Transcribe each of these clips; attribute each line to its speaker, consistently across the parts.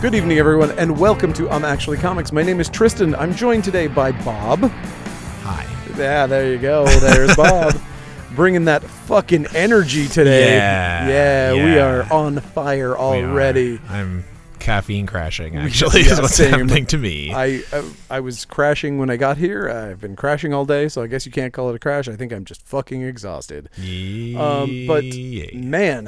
Speaker 1: Good evening, everyone, and welcome to I'm Actually Comics. My name is Tristan. I'm joined today by Bob.
Speaker 2: Hi.
Speaker 1: Yeah, there you go. There's Bob. Bringing that fucking energy today.
Speaker 2: Yeah,
Speaker 1: Yeah, we
Speaker 2: yeah.
Speaker 1: are on fire
Speaker 2: We are.
Speaker 1: already.
Speaker 2: I'm caffeine crashing. Actually, is
Speaker 1: yeah,
Speaker 2: what's
Speaker 1: same.
Speaker 2: happening to me.
Speaker 1: I, uh, I I was crashing when I got here. I've been crashing all day, so I guess you can't call it a crash. I think I'm just fucking exhausted. Um, but
Speaker 2: Yay.
Speaker 1: man,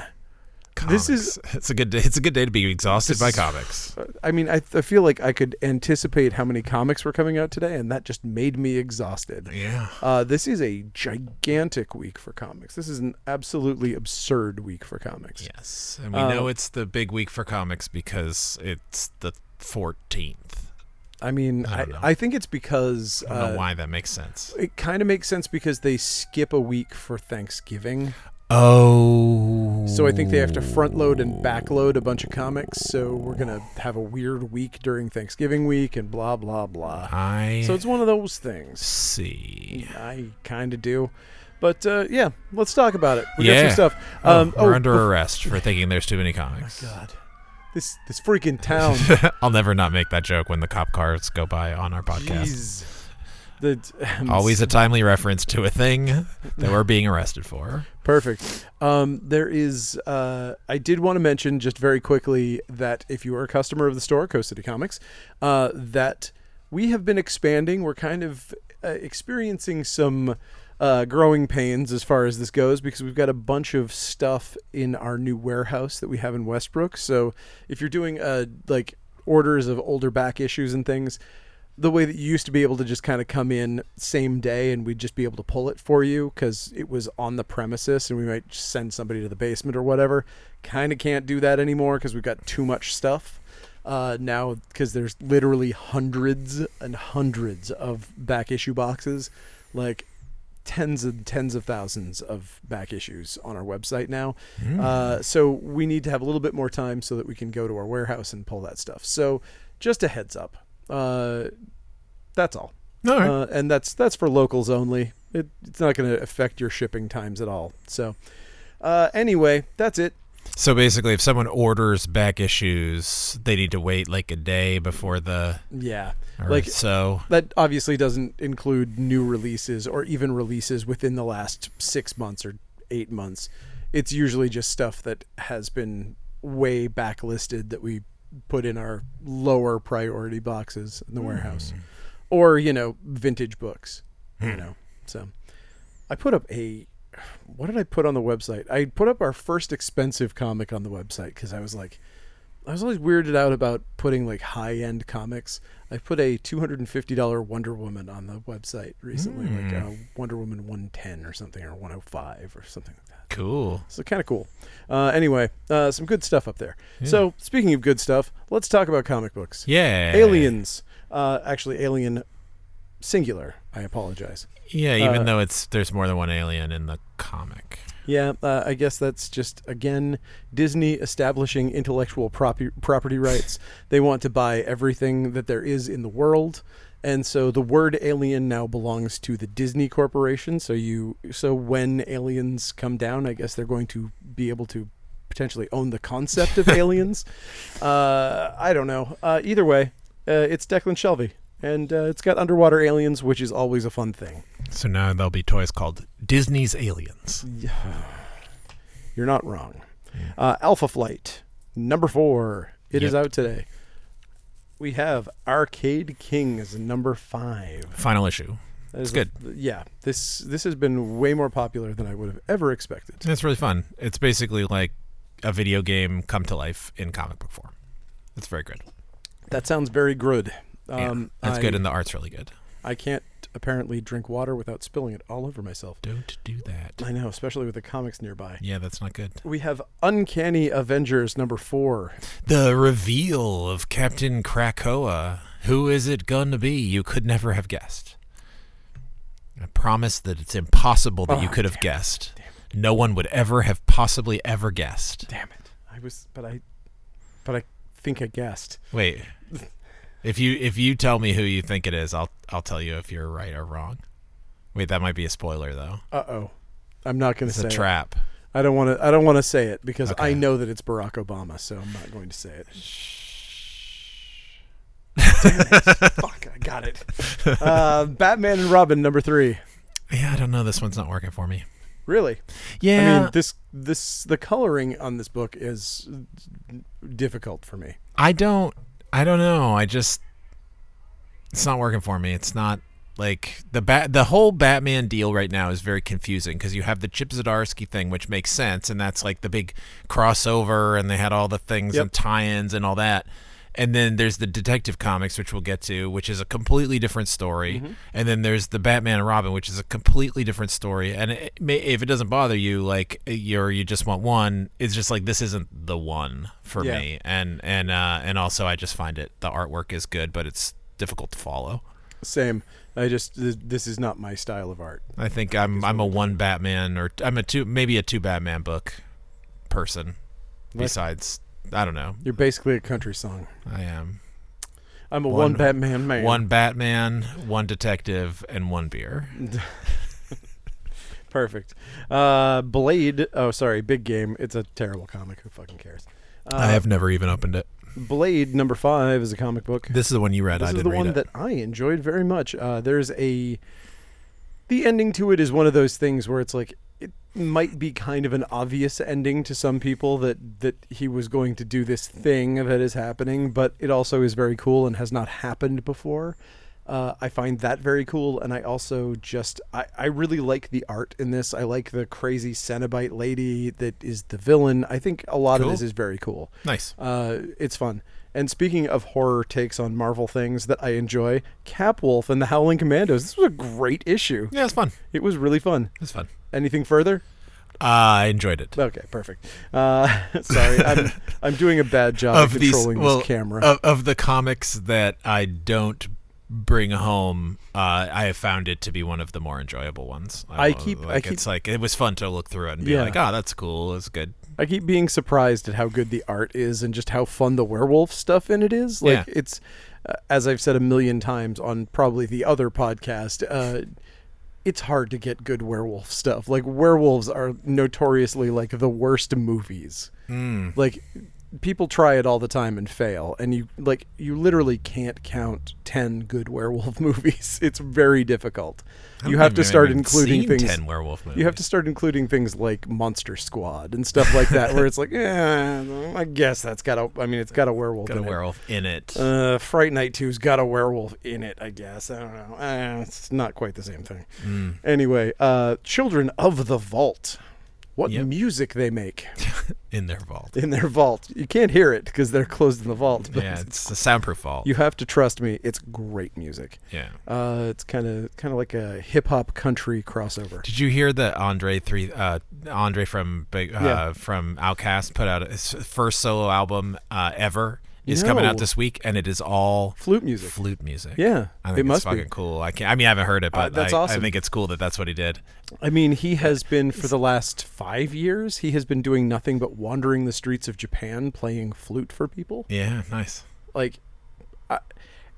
Speaker 1: this
Speaker 2: Comics.
Speaker 1: is-
Speaker 2: it's a good day. It's a good day to be exhausted by comics.
Speaker 1: uh, I mean, I, I feel like I could anticipate how many comics were coming out today, and that just made me exhausted.
Speaker 2: Yeah.
Speaker 1: Uh, this is a gigantic week for comics. This is an absolutely absurd week for comics.
Speaker 2: Yes, and we
Speaker 1: Um,
Speaker 2: know it's the big week for comics because it's the 14th.
Speaker 1: I mean, I,
Speaker 2: don't know.
Speaker 1: I, think it's because
Speaker 2: I don't know
Speaker 1: uh,
Speaker 2: why that makes sense.
Speaker 1: it kind of makes sense because they skip a week for Thanksgiving.
Speaker 2: Oh.
Speaker 1: So I think they have to front load and back load a bunch of comics. So we're going to have a weird week during Thanksgiving week and blah, blah, blah.
Speaker 2: I
Speaker 1: So it's one of those things.
Speaker 2: see.
Speaker 1: I kind of do. But uh, yeah, let's talk about it. We
Speaker 2: Yeah.
Speaker 1: got some stuff.
Speaker 2: Oh,
Speaker 1: Um,
Speaker 2: we're
Speaker 1: oh,
Speaker 2: under
Speaker 1: bef-
Speaker 2: arrest for thinking there's too many comics.
Speaker 1: God. This, this freaking town.
Speaker 2: I'll never not make that joke when the cop cars go by on our podcast.
Speaker 1: Jeez. The, um,
Speaker 2: Always a timely reference to a thing that we're being arrested for.
Speaker 1: perfect. Um, there is. Uh, I did want to mention just very quickly that if you are a customer of the store, Coast City Comics, uh, that we have been expanding. We're kind of uh, experiencing some. Uh, growing pains as far as this goes because we've got a bunch of stuff in our new warehouse that we have in Westbrook. So if you're doing uh, like orders of older back issues and things, the way that you used to be able to just kind of come in same day and we'd just be able to pull it for you because it was on the premises and we might just send somebody to the basement or whatever. Kind of can't do that anymore because we've got too much stuff uh, now because there's literally hundreds and hundreds of back issue boxes, like tens and tens of thousands of back issues on our website now.
Speaker 2: Hmm.
Speaker 1: Uh, so we need to have a little bit more time so that we can go to our warehouse and pull that stuff. So just a heads up. Uh, that's all.
Speaker 2: All right.
Speaker 1: Uh, and that's that's for locals only. It, it's not going to affect your shipping times at all. So uh, anyway, that's it.
Speaker 2: so basically, if someone orders back issues, they need to wait like a day before the
Speaker 1: Yeah.
Speaker 2: or
Speaker 1: Like
Speaker 2: so.
Speaker 1: that obviously doesn't include new releases or even releases within the last six months or eight months. It's usually just stuff that has been way backlisted that we put in our lower priority boxes in the warehouse, or you know, vintage books. You know, so I put up a. What did I put on the website? I put up our first expensive comic on the website because I was like, I was always weirded out about putting like high end comics. I put a two hundred and fifty dollar Wonder Woman on the website recently, like uh, Wonder Woman one ten or something, or one hundred five or something like that.
Speaker 2: Cool.
Speaker 1: So kind of cool. Uh, anyway, uh, some good stuff up there. So speaking of good stuff, let's talk about comic books.
Speaker 2: Yeah.
Speaker 1: Aliens, uh, actually, Alien singular. I apologize.
Speaker 2: Yeah. Even
Speaker 1: Uh,
Speaker 2: though it's there's more than one alien in the comic.
Speaker 1: Yeah, uh, I guess that's just again Disney establishing intellectual property property rights. they want to buy everything that there is in the world, and so the word alien now belongs to the Disney Corporation. So you, so when aliens come down, I guess they're going to be able to potentially own the concept of aliens. Uh, I don't know. Uh, either way, uh, it's Declan Shelby, and uh, it's got underwater aliens, which is always a fun thing.
Speaker 2: So now there'll be toys called Disney's Aliens.
Speaker 1: You're not wrong. Uh, Alpha Flight, number four. It is
Speaker 2: Yep.
Speaker 1: out today. We have Arcade Kings, number five.
Speaker 2: Final issue.
Speaker 1: That is
Speaker 2: good.
Speaker 1: a- yeah, this this has been way more popular than I would have ever expected.
Speaker 2: It's really fun. It's basically like a video game come to life in comic book form. It's very good.
Speaker 1: That sounds very good. Um,
Speaker 2: yeah. It's
Speaker 1: I,
Speaker 2: good, and the art's really good.
Speaker 1: I can't apparently drink water without spilling it all over myself.
Speaker 2: Don't do that.
Speaker 1: I know, especially with the comics nearby.
Speaker 2: Yeah, that's not good.
Speaker 1: We have Uncanny Avengers number four.
Speaker 2: The reveal of Captain Krakoa. Who is it going to be? You could never have guessed. I promise that it's impossible that you
Speaker 1: Oh,
Speaker 2: could have guessed. No one would ever have possibly ever guessed.
Speaker 1: Damn it! I was, but I, but I think I guessed.
Speaker 2: Wait. If you if you tell me who you think it is, I'll I'll tell you if you're right or wrong. Wait, that might be a spoiler though.
Speaker 1: Uh oh, I'm not going to
Speaker 2: It's
Speaker 1: say
Speaker 2: a
Speaker 1: it.
Speaker 2: trap.
Speaker 1: I don't want to. I don't want to say it because I
Speaker 2: Okay.
Speaker 1: know that it's Barack Obama, so I'm not going to say it. Damn it. Fuck, I got it. Uh, Batman and Robin number three.
Speaker 2: Yeah, I don't know. This one's not working for me.
Speaker 1: Really?
Speaker 2: Yeah,
Speaker 1: I mean, this this the coloring on this book is difficult for me.
Speaker 2: I don't. I don't know. I just. It's not working for me. It's not like the bat. The whole Batman deal right now is very confusing because you have the Chip Zdarsky thing, which makes sense, and that's like the big crossover, and they had all the things
Speaker 1: Yep.
Speaker 2: and tie-ins and all that. And then there's the Detective Comics, which we'll get to, which is a completely different story.
Speaker 1: Mm-hmm.
Speaker 2: And then there's the Batman and Robin, which is a completely different story. And it, may, if it doesn't bother you, like you're you just want one, it's just like this isn't the one for
Speaker 1: Yeah.
Speaker 2: me. And and uh, and also, I just find it the artwork is good, but it's difficult to follow.
Speaker 1: Same. I just th- this is not my style of art.
Speaker 2: I think I'm I'm a one Batman or I'm a two maybe a two Batman book person.
Speaker 1: Like-
Speaker 2: Besides, I don't know.
Speaker 1: You're basically a country song.
Speaker 2: I am
Speaker 1: I'm a
Speaker 2: One-
Speaker 1: one, Batman man.
Speaker 2: one Batman, one detective, and one beer.
Speaker 1: Perfect. Uh, Blade. Oh, sorry. Big Game. It's a terrible comic. Who fucking cares? Uh,
Speaker 2: I have never even opened it.
Speaker 1: Blade number five is a comic book.
Speaker 2: This is the one you read.
Speaker 1: This
Speaker 2: I
Speaker 1: is
Speaker 2: didn't
Speaker 1: the
Speaker 2: read
Speaker 1: one
Speaker 2: it.
Speaker 1: that I enjoyed very much. Uh, there's a the ending to it is one of those things where it's like it might be kind of an obvious ending to some people that that he was going to do this thing that is happening, but it also is very cool and has not happened before. Uh, I find that very cool, and I also just I, I really like the art in this. I like the crazy Cenobite lady that is the villain. I think a lot
Speaker 2: Cool.
Speaker 1: of this is very cool.
Speaker 2: nice.
Speaker 1: Uh, it's fun. And speaking of horror takes on Marvel things that I enjoy, Capwolf and the Howling Commandos. This was a great issue.
Speaker 2: Yeah, it's fun.
Speaker 1: It was really fun.
Speaker 2: It's fun. Uh,
Speaker 1: Anything further?
Speaker 2: I enjoyed it.
Speaker 1: Okay, perfect. Uh, sorry, I'm, I'm doing a bad job of
Speaker 2: Of
Speaker 1: Uh,
Speaker 2: these,
Speaker 1: controlling
Speaker 2: well,
Speaker 1: this camera.
Speaker 2: Of, of the comics that I don't bring home, uh, I have found it to be one of the more enjoyable ones.
Speaker 1: I
Speaker 2: will-
Speaker 1: keep- I
Speaker 2: like,
Speaker 1: keep-
Speaker 2: It's like it was fun to look through it and be
Speaker 1: Yeah.
Speaker 2: like, oh, that's cool. It's good.
Speaker 1: I keep being surprised at how good the art is and just how fun the werewolf stuff in it is. Like
Speaker 2: Yeah.
Speaker 1: it's, uh, as I've said a million times on probably the other podcast, uh, it's hard to get good werewolf stuff. Like werewolves are notoriously like the worst movies.
Speaker 2: Hmm.
Speaker 1: Like people try it all the time and fail, and you like you literally can't count ten good werewolf movies. It's very difficult.
Speaker 2: I
Speaker 1: You
Speaker 2: don't
Speaker 1: have
Speaker 2: think
Speaker 1: to
Speaker 2: I've
Speaker 1: start
Speaker 2: even
Speaker 1: including
Speaker 2: seen
Speaker 1: things.
Speaker 2: Ten werewolf movies.
Speaker 1: You have to start including things like Monster Squad and stuff like that, where it's like, eh, I guess that's got a. I mean, it's got a werewolf.
Speaker 2: got a
Speaker 1: in
Speaker 2: werewolf in it.
Speaker 1: It. Uh, Fright Night Two's got a werewolf in it. I guess I don't know. Uh, it's not quite the same thing.
Speaker 2: Mm.
Speaker 1: Anyway, uh, Children of the Vault. What
Speaker 2: Yep.
Speaker 1: music they make
Speaker 2: in their vault.
Speaker 1: in their vault. You can't hear it because they're closed in the vault. But
Speaker 2: Yeah, it's a soundproof vault.
Speaker 1: you have to trust me. It's great music.
Speaker 2: yeah.
Speaker 1: Uh, it's kind of kind of like a hip hop country crossover.
Speaker 2: Did you hear that Andre three uh, Andre from Big- uh,
Speaker 1: Yeah.
Speaker 2: from Outcast put out his first solo album uh, ever is coming out
Speaker 1: No.
Speaker 2: this week and it is all
Speaker 1: Flute music.
Speaker 2: flute music.
Speaker 1: Yeah,
Speaker 2: I think
Speaker 1: it
Speaker 2: it's
Speaker 1: must
Speaker 2: fucking
Speaker 1: be. Uh,
Speaker 2: cool. I can not I mean I haven't heard it but
Speaker 1: that's
Speaker 2: I, I
Speaker 1: awesome.
Speaker 2: think it's cool that that's what he did.
Speaker 1: I mean, he has been for the last five years. He has been doing nothing but wandering the streets of Japan playing flute for people.
Speaker 2: Yeah, nice.
Speaker 1: Like, I,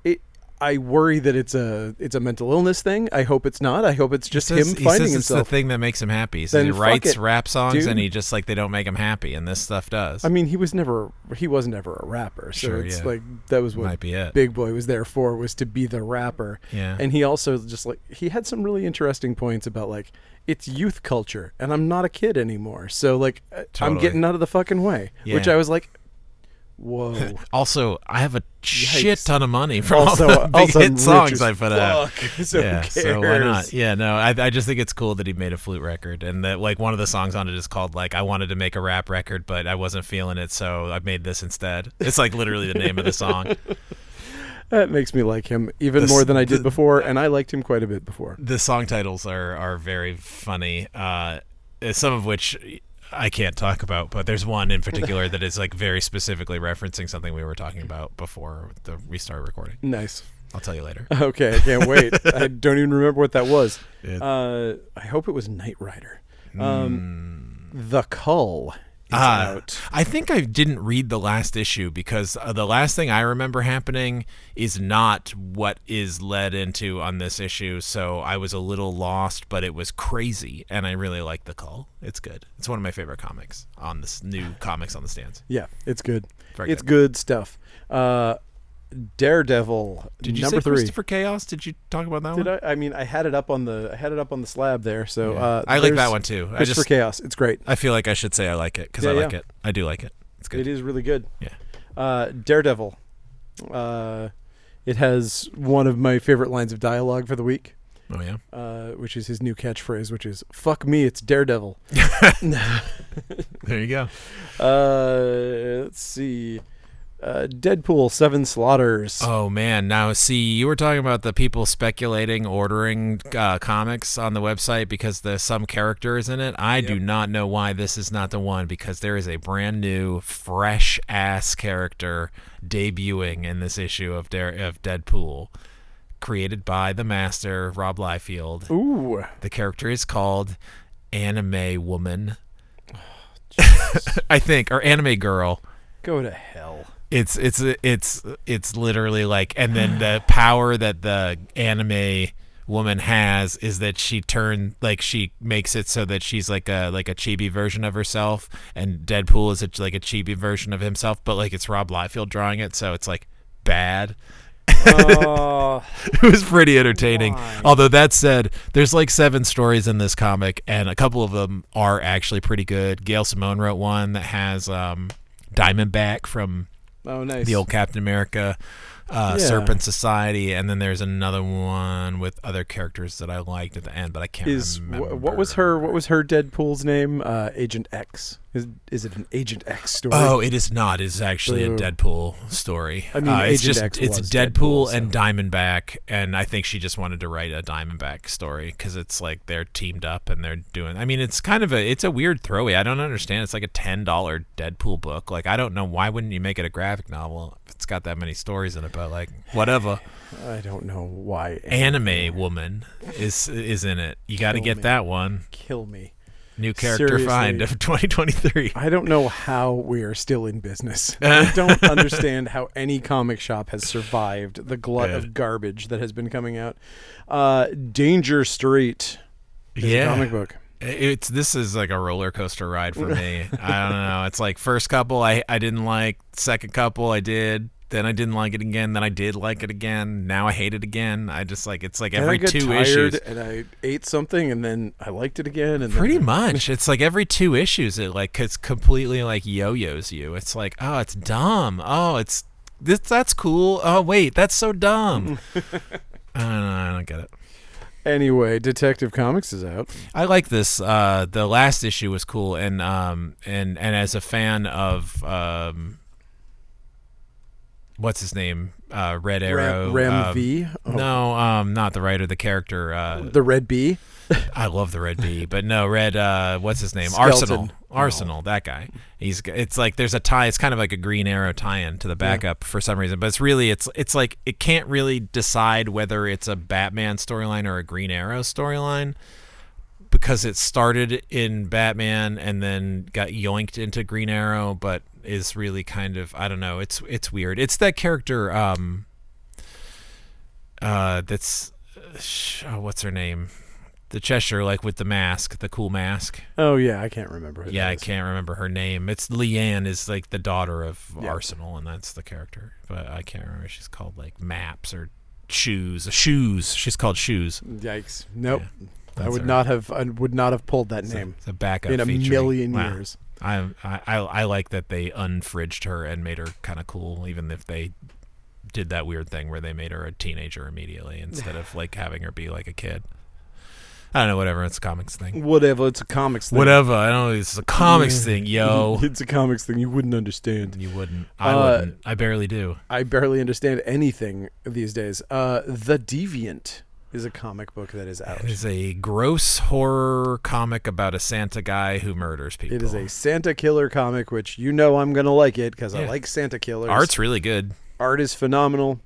Speaker 1: it. I worry that it's a it's a mental illness thing. I hope it's not. I hope it's just
Speaker 2: Says-
Speaker 1: him
Speaker 2: he says
Speaker 1: finding
Speaker 2: it's
Speaker 1: himself.
Speaker 2: the thing that makes him happy. He says
Speaker 1: Then
Speaker 2: he
Speaker 1: fuck
Speaker 2: writes
Speaker 1: it,
Speaker 2: rap songs
Speaker 1: dude.
Speaker 2: and he just like they don't make him happy and this stuff does.
Speaker 1: I mean, he was never he wasn't ever a rapper. So
Speaker 2: Sure,
Speaker 1: it's
Speaker 2: yeah.
Speaker 1: like that was what
Speaker 2: Might be it.
Speaker 1: Big Boy was there for was to be the rapper.
Speaker 2: Yeah.
Speaker 1: And he also just like he had some really interesting points about like it's youth culture and I'm not a kid anymore. So like uh, I'm
Speaker 2: Totally.
Speaker 1: getting out of the fucking way, which
Speaker 2: Yeah.
Speaker 1: I was like whoa.
Speaker 2: Also, I have a shit
Speaker 1: Yikes.
Speaker 2: ton of money from
Speaker 1: Also-
Speaker 2: all the big
Speaker 1: also I'm
Speaker 2: hit
Speaker 1: rich
Speaker 2: songs
Speaker 1: as
Speaker 2: I put out.
Speaker 1: fuck, so who
Speaker 2: yeah, so why not?
Speaker 1: cares?
Speaker 2: Yeah, no, I, I just think it's cool that he made a flute record, and that like one of the songs on it is called like I wanted to make a rap record, but I wasn't feeling it, so I made this instead. It's like literally the name of the song.
Speaker 1: that makes me like him even
Speaker 2: This-
Speaker 1: more than I did
Speaker 2: the-
Speaker 1: before and I liked him quite a bit before.
Speaker 2: The song titles are are very funny. Uh, some of which. I can't talk about, but there's one in particular that is like very specifically referencing something we were talking about before the we started recording.
Speaker 1: Nice.
Speaker 2: I'll tell you later.
Speaker 1: Okay, I can't wait. I don't even remember what that was.
Speaker 2: It-
Speaker 1: Uh, I hope it was Knight Rider. Um, The Cull is
Speaker 2: Hmm. Ah,
Speaker 1: out.
Speaker 2: I think I didn't read the last issue because uh, the last thing I remember happening is not what is led into on this issue. So I was a little lost, but it was crazy, and I really like the call. It's good. It's one of my favorite comics on this new comics on the stands.
Speaker 1: Yeah, it's good.
Speaker 2: Very
Speaker 1: it's good, stuff. Uh, Daredevil.
Speaker 2: Did you
Speaker 1: number
Speaker 2: say
Speaker 1: three?
Speaker 2: Christopher Chaos? Did you talk about that
Speaker 1: Did
Speaker 2: one?
Speaker 1: I? I mean, I had it up on the I had it up on the slab there. So uh,
Speaker 2: I like that
Speaker 1: there's
Speaker 2: one too. I
Speaker 1: Christopher
Speaker 2: just
Speaker 1: Chaos. It's great.
Speaker 2: I feel like I should say I like it because I
Speaker 1: Yeah,
Speaker 2: like
Speaker 1: yeah.
Speaker 2: it. I do like it. It's good.
Speaker 1: It is really good.
Speaker 2: Yeah.
Speaker 1: Uh, Daredevil. Uh, it has one of my favorite lines of dialogue for the week,
Speaker 2: Oh yeah.
Speaker 1: uh, which is his new catchphrase, which is "Fuck me, it's Daredevil."
Speaker 2: There you go.
Speaker 1: Uh, let's see. Uh, Deadpool Seven Slaughters.
Speaker 2: Oh man. Now see, you were talking about the people speculating ordering uh, comics on the website because the some character is in it. I do not know why this is not the one because there is a brand new, fresh ass character debuting in this issue of Dare of Deadpool, created by the master Rob Liefeld.
Speaker 1: Ooh.
Speaker 2: The character is called Anime Woman. I think or Anime Girl.
Speaker 1: Go to hell.
Speaker 2: It's it's it's it's literally like and then the power that the anime woman has is that she turned like she makes it so that she's like a like a chibi version of herself and Deadpool is a, like a chibi version of himself but like it's Rob Liefeld drawing it so it's like bad
Speaker 1: Oh,
Speaker 2: it was pretty entertaining.
Speaker 1: Why?
Speaker 2: Although that said, there's like seven stories in this comic, and a couple of them are actually pretty good. Gail Simone wrote one that has um, Diamondback from
Speaker 1: oh nice.
Speaker 2: the old Captain America uh,
Speaker 1: Yeah.
Speaker 2: Serpent Society, and then there's another one with other characters that I liked at the end, but I can't
Speaker 1: is
Speaker 2: remember.
Speaker 1: wh- what was her what was her Deadpool's name? Uh, Agent X. Is is it an Agent X story?
Speaker 2: Oh, it is not. It's actually
Speaker 1: Ooh.
Speaker 2: a Deadpool story.
Speaker 1: I mean,
Speaker 2: Uh, it's
Speaker 1: Agent
Speaker 2: just
Speaker 1: X
Speaker 2: it's
Speaker 1: was
Speaker 2: Deadpool,
Speaker 1: Deadpool,
Speaker 2: and Diamondback, and I think she just wanted to write a Diamondback story because it's like they're teamed up and they're doing. I mean, it's kind of a it's a weird throwaway. I don't understand. It's like a ten dollar Deadpool book. Like I don't know why wouldn't you make it a graphic novel if it's got that many stories in it. But like whatever.
Speaker 1: I don't know why.
Speaker 2: Anime woman is is in it. You got to
Speaker 1: Kill
Speaker 2: get
Speaker 1: me.
Speaker 2: that one.
Speaker 1: kill me.
Speaker 2: New character find
Speaker 1: Seriously.
Speaker 2: of 2023.
Speaker 1: I don't know how we are still in business. I don't understand how any comic shop has survived the glut
Speaker 2: Yeah.
Speaker 1: of garbage that has been coming out. Uh, Danger Street is a
Speaker 2: Yeah.
Speaker 1: comic book.
Speaker 2: It's this is like a roller coaster ride for me. I don't know. It's like first couple I I didn't like, second couple I did, then I didn't like it again, then I did like it again, now I hate it again. I just like it's like
Speaker 1: And
Speaker 2: every
Speaker 1: I got
Speaker 2: two
Speaker 1: tired
Speaker 2: issues.
Speaker 1: and I ate something and then I liked it again and
Speaker 2: Pretty
Speaker 1: then,
Speaker 2: much. It's like every two issues it like it's completely like yo-yos you. It's like, "Oh, it's dumb. Oh, it's this that's cool. Oh, wait, that's so dumb." I don't know. I don't get it.
Speaker 1: anyway, Detective Comics is out.
Speaker 2: I like this. Uh, the last issue was cool, and um, and and as a fan of um, what's his name, uh, Red Arrow,
Speaker 1: Ram, Ram
Speaker 2: um,
Speaker 1: V. Oh,
Speaker 2: No, um, not the writer, the character. Uh,
Speaker 1: The Red Bee.
Speaker 2: I love the Red Bee, but no, Red. Uh, what's his name?
Speaker 1: Skelton.
Speaker 2: Arsenal. Arsenal. That guy. He's. It's like there's a tie. It's kind of like a Green Arrow tie-in to the backup for some reason, but it's really it's it's like it can't really decide whether it's a Batman storyline or a Green Arrow storyline because it started in Batman and then got yoinked into Green Arrow, but is really kind of I don't know. It's it's weird. It's that character. Um. Uh, that's sh- oh, what's her name? The Cheshire, like with the mask, the cool mask.
Speaker 1: Oh yeah, I can't remember. Who
Speaker 2: Yeah,
Speaker 1: that
Speaker 2: I
Speaker 1: is.
Speaker 2: can't remember her name. It's Leanne is like the daughter of
Speaker 1: Yeah.
Speaker 2: Arsenal, and that's the character. But I can't remember. She's called like Maps or Shoes. Shoes. She's called Shoes.
Speaker 1: Yikes! Nope, I
Speaker 2: That's
Speaker 1: would
Speaker 2: her.
Speaker 1: not have. I would not have pulled that name
Speaker 2: It's a backup
Speaker 1: in a
Speaker 2: featuring-
Speaker 1: million
Speaker 2: Wow.
Speaker 1: years.
Speaker 2: I, I I I like that they unfridged her and made her kind of cool, even if they did that weird thing where they made her a teenager immediately instead of like having her be like a kid. I don't know. Whatever. It's a comics thing.
Speaker 1: Whatever. It's a comics thing.
Speaker 2: Whatever. I don't. It's a comics thing, yo.
Speaker 1: It's a comics thing. You wouldn't understand.
Speaker 2: you wouldn't. I
Speaker 1: Uh,
Speaker 2: wouldn't. I barely do.
Speaker 1: I barely understand anything these days. Uh, the Deviant is a comic book that is out.
Speaker 2: It is a gross horror comic about a Santa guy who murders people.
Speaker 1: It is a Santa Killer comic, which you know I'm gonna like it because I
Speaker 2: Yeah.
Speaker 1: like Santa Killers.
Speaker 2: art's really good.
Speaker 1: art is phenomenal.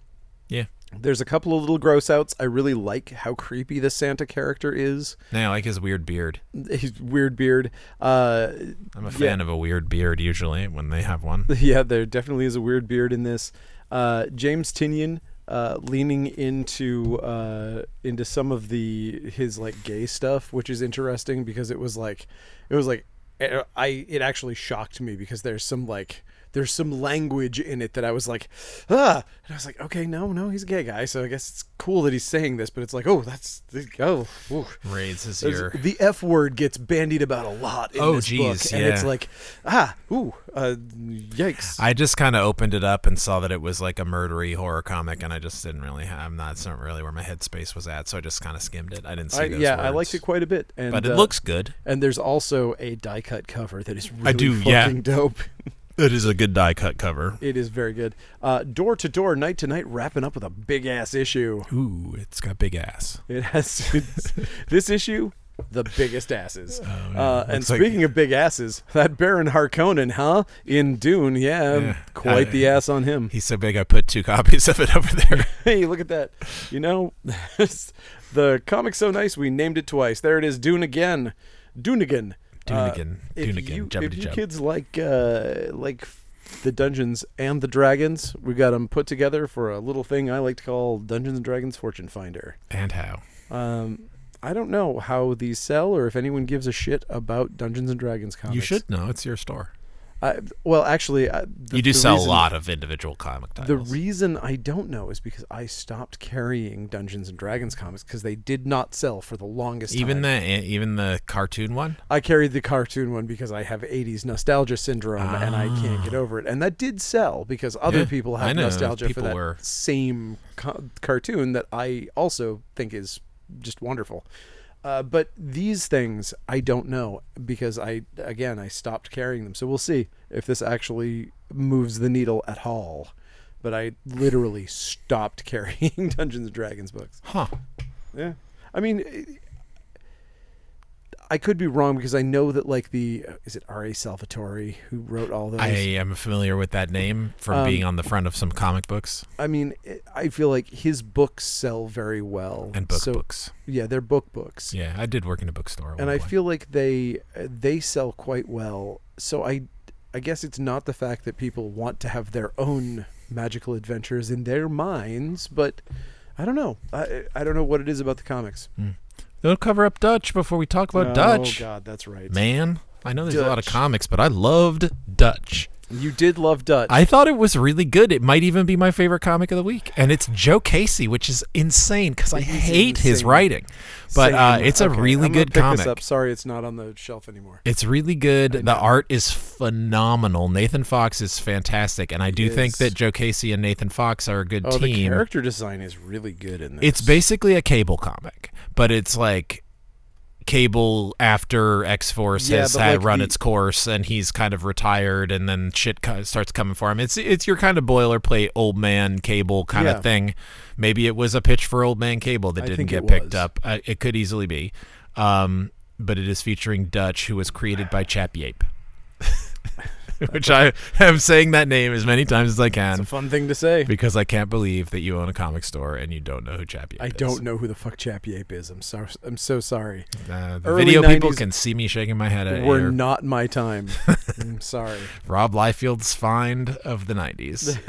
Speaker 2: Yeah.
Speaker 1: There's a couple of little gross outs. I really like how creepy the Santa character is.
Speaker 2: Yeah, I like his weird beard.
Speaker 1: His weird beard. Uh,
Speaker 2: I'm a fan of a weird beard usually when they have one.
Speaker 1: Yeah, there definitely is a weird beard in this. Uh, James Tinian uh, leaning into uh, into some of the his like gay stuff, which is interesting because it was like it was like eh, I it actually shocked me because there's some like there's some language in it that I was like, ah, and I was like, okay, no, no, he's a gay guy, so I guess it's cool that he's saying this, but it's like, oh, that's oh, ooh.
Speaker 2: raises
Speaker 1: There's-
Speaker 2: your
Speaker 1: the F word gets bandied about a lot in
Speaker 2: Oh,
Speaker 1: this
Speaker 2: geez,
Speaker 1: book, and it's
Speaker 2: yeah.
Speaker 1: like, ah, ooh, uh, yikes.
Speaker 2: I just kind of opened it up and saw that it was like a murdery horror comic, and I just didn't really. I'm not, it's not really where my headspace was at, so I just kind of skimmed it. I didn't see
Speaker 1: I-
Speaker 2: those
Speaker 1: yeah, I
Speaker 2: words.
Speaker 1: liked it quite a bit, and
Speaker 2: but it
Speaker 1: uh,
Speaker 2: looks good.
Speaker 1: And there's also a die cut cover that is really
Speaker 2: do,
Speaker 1: fucking
Speaker 2: yeah.
Speaker 1: dope.
Speaker 2: It is a good die cut cover.
Speaker 1: It is very good. Uh, door to door, night to night, wrapping up with a big ass issue.
Speaker 2: Ooh, it's got big ass.
Speaker 1: It has it's- this issue, the biggest asses. uh, and
Speaker 2: Oh, Looks like-
Speaker 1: speaking of big asses, that Baron Harkonnen, huh? In Dune, yeah,
Speaker 2: Yeah.
Speaker 1: quite
Speaker 2: I-
Speaker 1: the ass on him.
Speaker 2: He's so big, I put two copies of it over there.
Speaker 1: Hey, look at that. You know, the comic's so nice we named it twice. There it is, Dune again. Dunegan. Uh,
Speaker 2: Doonigan,
Speaker 1: if
Speaker 2: Doonigan,
Speaker 1: you,
Speaker 2: jubbity
Speaker 1: if you
Speaker 2: jub.
Speaker 1: kids like uh, like the Dungeons and the Dragons, we got them put together for a little thing I like to call Dungeons and Dragons Fortune Finder.
Speaker 2: and how?
Speaker 1: Um, I don't know how these sell or if anyone gives a shit about Dungeons and Dragons comics.
Speaker 2: You should know. It's your store.
Speaker 1: I, well, actually, I, the,
Speaker 2: you do
Speaker 1: the
Speaker 2: sell
Speaker 1: reason-
Speaker 2: a lot of individual comic
Speaker 1: The
Speaker 2: titles.
Speaker 1: reason I don't know is because I stopped carrying Dungeons and Dragons comics because they did not sell for the longest time.
Speaker 2: even the e, even the cartoon one.
Speaker 1: I carried the cartoon one because I have 80s nostalgia syndrome and I can't get over it. And that did sell because other
Speaker 2: Ah. Yeah,
Speaker 1: people
Speaker 2: I
Speaker 1: have
Speaker 2: know,
Speaker 1: nostalgia
Speaker 2: people
Speaker 1: for that
Speaker 2: were-
Speaker 1: same co- cartoon that I also think is just wonderful. Uh, but these things I don't know because I again I stopped carrying them. So we'll see if this actually moves the needle at all. But I literally stopped carrying Dungeons and Dragons books.
Speaker 2: Huh.
Speaker 1: Yeah. I mean, it- I could be wrong because I know that like the is it R.A. Salvatore who wrote all those.
Speaker 2: I am familiar with that name from
Speaker 1: Um,
Speaker 2: being on the front of some comic books
Speaker 1: I mean, it, I feel like his books sell very well.
Speaker 2: and book
Speaker 1: so,
Speaker 2: books.
Speaker 1: Yeah, they're book books,
Speaker 2: Yeah, I did work in a bookstore. at
Speaker 1: and
Speaker 2: one
Speaker 1: I
Speaker 2: point.
Speaker 1: feel like they eh, they sell quite well. So I I guess it's not the fact that people want to have their own magical adventures in their minds, but I don't know. I I don't know what it is about the comics.
Speaker 2: Don't cover up Dutch before we talk about
Speaker 1: Oh
Speaker 2: Dutch.
Speaker 1: God, that's right.
Speaker 2: Man, I know there's a lot of
Speaker 1: Dutch.
Speaker 2: comics, but I loved Dutch.
Speaker 1: You did love Dutch.
Speaker 2: I thought it was really good. It might even be my favorite comic of the week. And it's Joe Casey, which is insane because I
Speaker 1: He's
Speaker 2: hate his
Speaker 1: insane.
Speaker 2: writing. But uh,
Speaker 1: Same.
Speaker 2: it's a
Speaker 1: Okay,
Speaker 2: really
Speaker 1: I'm gonna
Speaker 2: good
Speaker 1: pick this
Speaker 2: comic.
Speaker 1: up. Sorry, it's not on the shelf anymore.
Speaker 2: It's really good. The art is phenomenal. Nathan Fox is fantastic, and I do think
Speaker 1: is.
Speaker 2: that Joe Casey and Nathan Fox are a good
Speaker 1: Oh, the
Speaker 2: team.
Speaker 1: character design is really good in this.
Speaker 2: It's basically a cable comic, but it's like cable after X Force
Speaker 1: Yeah,
Speaker 2: has
Speaker 1: but
Speaker 2: had
Speaker 1: like
Speaker 2: run
Speaker 1: the-
Speaker 2: its course, and he's kind of retired, and then shit co- starts coming for him. It's it's your kind of boilerplate old man cable kind
Speaker 1: Yeah.
Speaker 2: of thing. Maybe it was a pitch for old man cable that
Speaker 1: I
Speaker 2: didn't
Speaker 1: think
Speaker 2: get
Speaker 1: it
Speaker 2: picked
Speaker 1: was.
Speaker 2: up. Uh, it could easily be, um, but it is featuring Dutch, who was created by Chap Yape. Which I am saying that name as many times as I
Speaker 1: It's a
Speaker 2: can
Speaker 1: fun thing to say.
Speaker 2: because I can't believe that you own a comic store and you don't know who Chap Yape
Speaker 1: I
Speaker 2: is.
Speaker 1: don't know who the fuck Chap Yape is. I'm so I'm so sorry.
Speaker 2: Uh, the
Speaker 1: Early
Speaker 2: video people
Speaker 1: 90s
Speaker 2: can see me shaking my head at
Speaker 1: We're
Speaker 2: you.
Speaker 1: not my time. I'm sorry.
Speaker 2: Rob Liefeld's find of the 90s.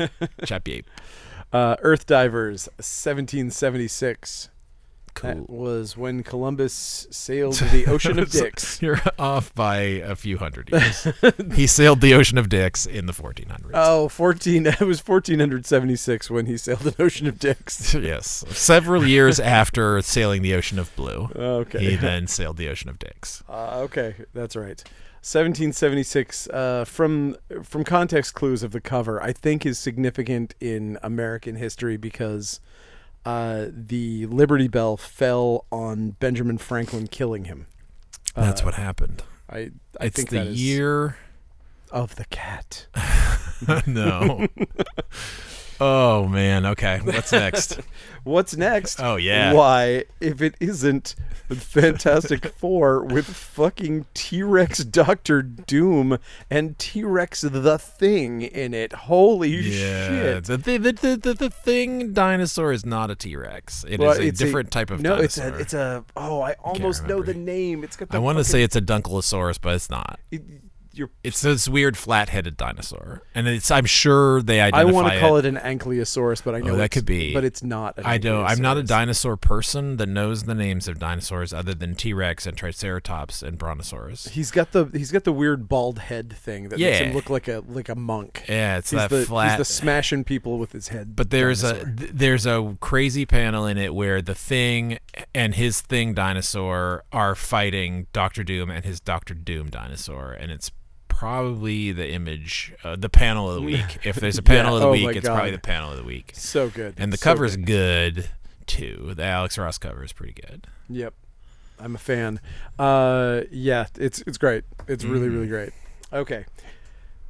Speaker 2: Chap Yape.
Speaker 1: Uh, Earth Divers, 1776. That
Speaker 2: Cool.
Speaker 1: was when Columbus sailed the ocean of
Speaker 2: So-
Speaker 1: dicks.
Speaker 2: You're off by a few hundred years. he sailed the ocean of dicks in the 1400s.
Speaker 1: Oh, 14. It was 1476 when he sailed an ocean of dicks.
Speaker 2: yes. Several years after sailing the ocean of blue,
Speaker 1: Okay.
Speaker 2: he then sailed the ocean of dicks.
Speaker 1: Uh, okay, that's right. 1776. Uh, from from context clues of the cover, I think is significant in American history because uh, the Liberty Bell fell on Benjamin Franklin, killing him.
Speaker 2: That's
Speaker 1: Uh,
Speaker 2: what happened.
Speaker 1: I. I
Speaker 2: it's
Speaker 1: think
Speaker 2: the
Speaker 1: that is-
Speaker 2: year.
Speaker 1: of the cat.
Speaker 2: no. oh, man. Okay. What's next?
Speaker 1: What's next?
Speaker 2: Oh, yeah.
Speaker 1: Why, if it isn't the Fantastic Four with fucking T Rex Doctor Doom and T Rex the Thing in it? Holy shit!
Speaker 2: The, the, the, the, the, the thing dinosaur is not a T Rex. It is
Speaker 1: Well,
Speaker 2: a different type of
Speaker 1: no.
Speaker 2: dinosaur.
Speaker 1: It's a it's a oh I almost know
Speaker 2: remember.
Speaker 1: the name. It's got the
Speaker 2: I want to
Speaker 1: fucking-
Speaker 2: say it's a Dunkelosaurus, but it's not.
Speaker 1: it- you're
Speaker 2: It's this weird flat-headed dinosaur, and it's I'm sure they
Speaker 1: I
Speaker 2: identify.
Speaker 1: want to call
Speaker 2: it.
Speaker 1: it
Speaker 2: Oh,
Speaker 1: an ankylosaurus, but I know
Speaker 2: that
Speaker 1: it's-
Speaker 2: could be.
Speaker 1: But it's not. an
Speaker 2: I don't. I'm not a
Speaker 1: ankylosaurus.
Speaker 2: dinosaur person that knows the names of dinosaurs other than T Rex and Triceratops and Brontosaurus.
Speaker 1: He's got the he's got the weird bald head thing that makes him
Speaker 2: Yeah.
Speaker 1: look like a like a monk.
Speaker 2: Yeah, it's
Speaker 1: he's
Speaker 2: that
Speaker 1: the
Speaker 2: flat.
Speaker 1: he's the smashing people with his head.
Speaker 2: but there's a th- there's a crazy panel in it where the thing and his thing dinosaur are fighting Doctor Doom and his Doctor Doom dinosaur, and it's probably the image, uh, the panel of the week. If there's a panel of the
Speaker 1: Oh my
Speaker 2: week, it's probably
Speaker 1: God.
Speaker 2: the panel of the week.
Speaker 1: so good
Speaker 2: And the
Speaker 1: so
Speaker 2: cover's good. too. The Alex Ross cover is pretty good.
Speaker 1: good. Yep, I'm a fan. Uh, yeah, it's it's great. It's really really great. Okay.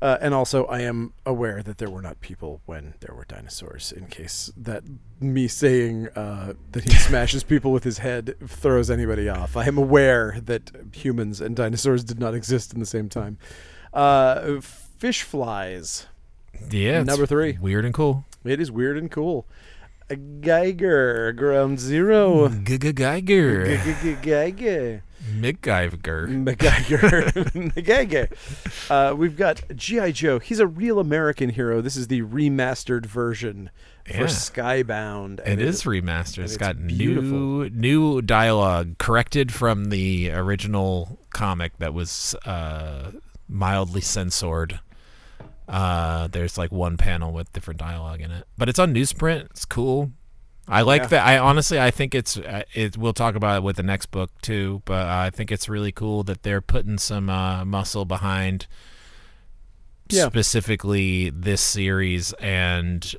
Speaker 1: Uh, and also, I am aware that there were not people when there were dinosaurs. In case that me saying uh, that he smashes people with his head throws anybody off, I am aware that humans and dinosaurs did not exist in the same time. Uh, fish flies.
Speaker 2: Yeah, it's
Speaker 1: Number three.
Speaker 2: weird and cool.
Speaker 1: It is weird and cool. A Geiger, ground
Speaker 2: Hmm.
Speaker 1: zero. G-
Speaker 2: Geiger.
Speaker 1: g- g- Geiger.
Speaker 2: Mick Geiger.
Speaker 1: MacGyver. MacGyver. Uh, we've got G.I. Joe. He's a real American hero. This is the remastered version
Speaker 2: Yeah.
Speaker 1: for Skybound.
Speaker 2: It is remastered. It's
Speaker 1: it's
Speaker 2: got
Speaker 1: beautiful.
Speaker 2: new new dialogue corrected from the original comic that was uh, mildly censored. Uh, there's like one panel with different dialogue in it, but it's on newsprint. It's cool. I like
Speaker 1: Yeah.
Speaker 2: that. I honestly, I think it's uh, it. We'll talk about it with the next book too, but I think it's really cool that they're putting some uh, muscle behind
Speaker 1: Yeah.
Speaker 2: specifically this series and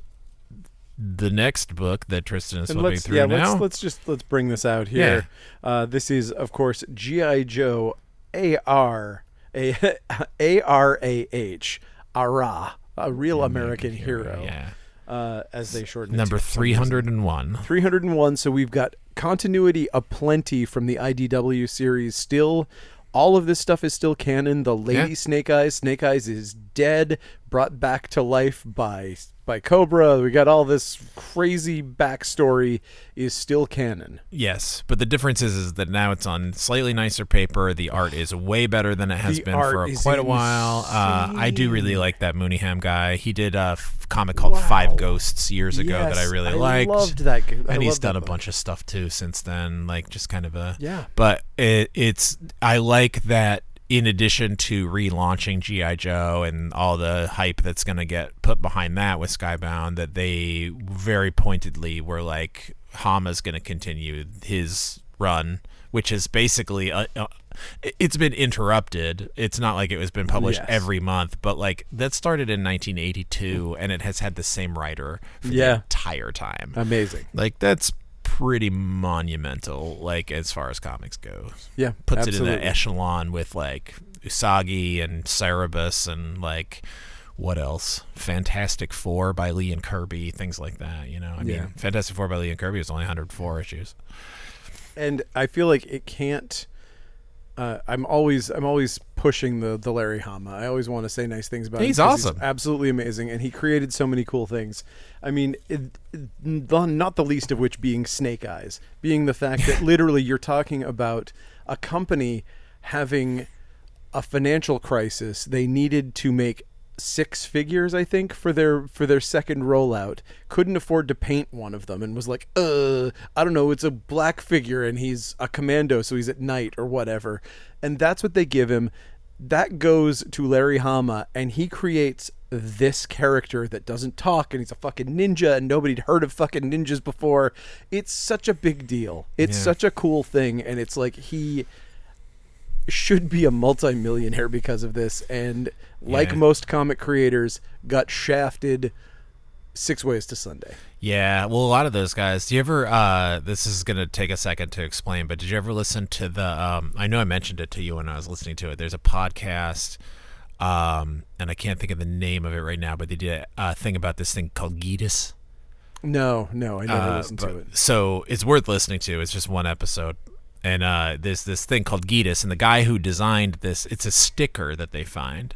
Speaker 2: the next book that Tristan is
Speaker 1: And
Speaker 2: flipping
Speaker 1: let's
Speaker 2: through
Speaker 1: yeah,
Speaker 2: now.
Speaker 1: let's let's just let's bring this out here. Uh, this is of course G.I. Joe AR A A R A H Ara, a real American hero.
Speaker 2: yeah,
Speaker 1: Uh, as they shorten it
Speaker 2: number
Speaker 1: to for some
Speaker 2: three
Speaker 1: reason.
Speaker 2: hundred and one.
Speaker 1: 301 so we've got continuity aplenty from the idw series still all of this stuff is still canon the lady
Speaker 2: Yeah.
Speaker 1: snake eyes snake eyes is dead brought back to life by by cobra we got all this crazy backstory is still canon
Speaker 2: Yes, but the difference is, is that now it's on slightly nicer paper. The art is way better than it has
Speaker 1: The
Speaker 2: been
Speaker 1: art
Speaker 2: for
Speaker 1: is
Speaker 2: quite a while. Uh, I do really like that Mooneyham guy. He did a f- comic called Five Ghosts years ago that I
Speaker 1: Yes,
Speaker 2: really
Speaker 1: I
Speaker 2: liked.
Speaker 1: loved that g- I
Speaker 2: and he's
Speaker 1: loved that
Speaker 2: done a
Speaker 1: book.
Speaker 2: bunch of stuff too since then. Like just kind of a
Speaker 1: Yeah.
Speaker 2: But it, it's I like that. In addition to relaunching GI Joe and all the hype that's going to get put behind that with Skybound, that they very pointedly were like, Hama's going to continue his run, which is basically uh uh, it's been interrupted. It's not like it was been published
Speaker 1: Yes.
Speaker 2: every month, but like that started in 1982 and it has had the same writer for
Speaker 1: Yeah.
Speaker 2: the entire time.
Speaker 1: amazing
Speaker 2: like that's pretty monumental like as far as comics go.
Speaker 1: yeah
Speaker 2: Puts it in
Speaker 1: absolutely.
Speaker 2: that echelon with like Usagi and Cerebus and like what else? Fantastic Four by Lee and Kirby, things like that, you know. I mean,
Speaker 1: Yeah.
Speaker 2: Fantastic Four by Lee and Kirby was only 104 issues.
Speaker 1: and I feel like it can't. Uh, I'm always I'm always pushing the the Larry Hama. I always want to say nice things about
Speaker 2: He's
Speaker 1: him 'cause
Speaker 2: awesome.
Speaker 1: absolutely amazing, and he created so many cool things. I mean, it, it- the- not the least of which being Snake Eyes, being the fact that literally you're talking about a company having a financial crisis. They needed to make six figures, I think, for their for their second rollout. Couldn't afford to paint one of them, and was like, "Uh, I don't know. It's a black figure, and he's a commando, so he's at night or whatever." And that's what they give him. That goes to Larry Hama, and he creates this character that doesn't talk, and he's a fucking ninja, and nobody'd heard of fucking ninjas before. It's such a big deal. It's
Speaker 2: Yeah.
Speaker 1: such a cool thing, and it's like he should be a multimillionaire because of this and like
Speaker 2: Yeah.
Speaker 1: most comic creators got shafted six ways to sunday
Speaker 2: Yeah, well, a lot of those guys. Do you ever? Uh, this is gonna take a second to explain, but did you ever listen to the? Um, I know I mentioned it to you when I was listening to it. There's a podcast, um, and I can't think of the name of it right now, but they did a thing about this thing called Gitas.
Speaker 1: no no i never
Speaker 2: Uh,
Speaker 1: listened
Speaker 2: but-
Speaker 1: to it
Speaker 2: So it's worth listening to. It's just one episode. And uh, there's this thing called Gitas, and the guy who designed this, it's a sticker that they find.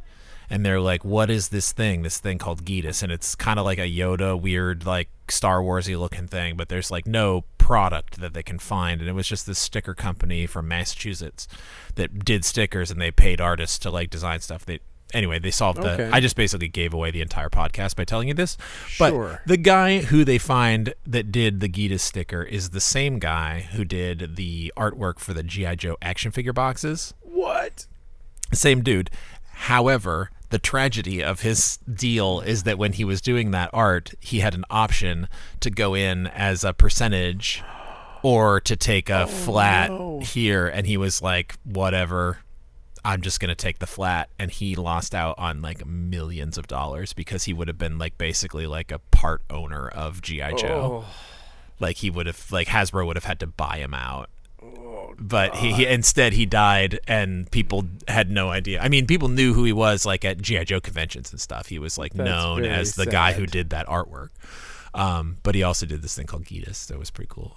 Speaker 2: and they're like, "What is this thing? This thing called Geetus?" And it's kind of like a Yoda weird, like Star Warsy looking thing, but there's like no product that they can find, and it was just this sticker company from Massachusetts that did stickers, and they paid artists to like design stuff. They anyway, they solved
Speaker 1: Okay.
Speaker 2: the. I just basically gave away the entire podcast by telling you this, but
Speaker 1: Sure.
Speaker 2: the guy who they find that did the Geetus sticker is the same guy who did the artwork for the GI Joe action figure boxes
Speaker 1: What?
Speaker 2: same dude. However, the tragedy of his deal is that when he was doing that art, he had an option to go in as a percentage or to take
Speaker 1: Oh,
Speaker 2: a flat here and he was like whatever I'm just going to take the flat and he lost out on like millions of dollars because he would have been like basically like a part owner of GI
Speaker 1: Oh.
Speaker 2: Joe. Like he would have like Hasbro would have had to buy him out
Speaker 1: Oh,
Speaker 2: but he, he instead he died and people had no idea i mean people knew who he was like at gi joe conventions and stuff he was like known
Speaker 1: very
Speaker 2: as the guy who
Speaker 1: sad.
Speaker 2: did that artwork um, but he also did this thing called Gitas that was pretty cool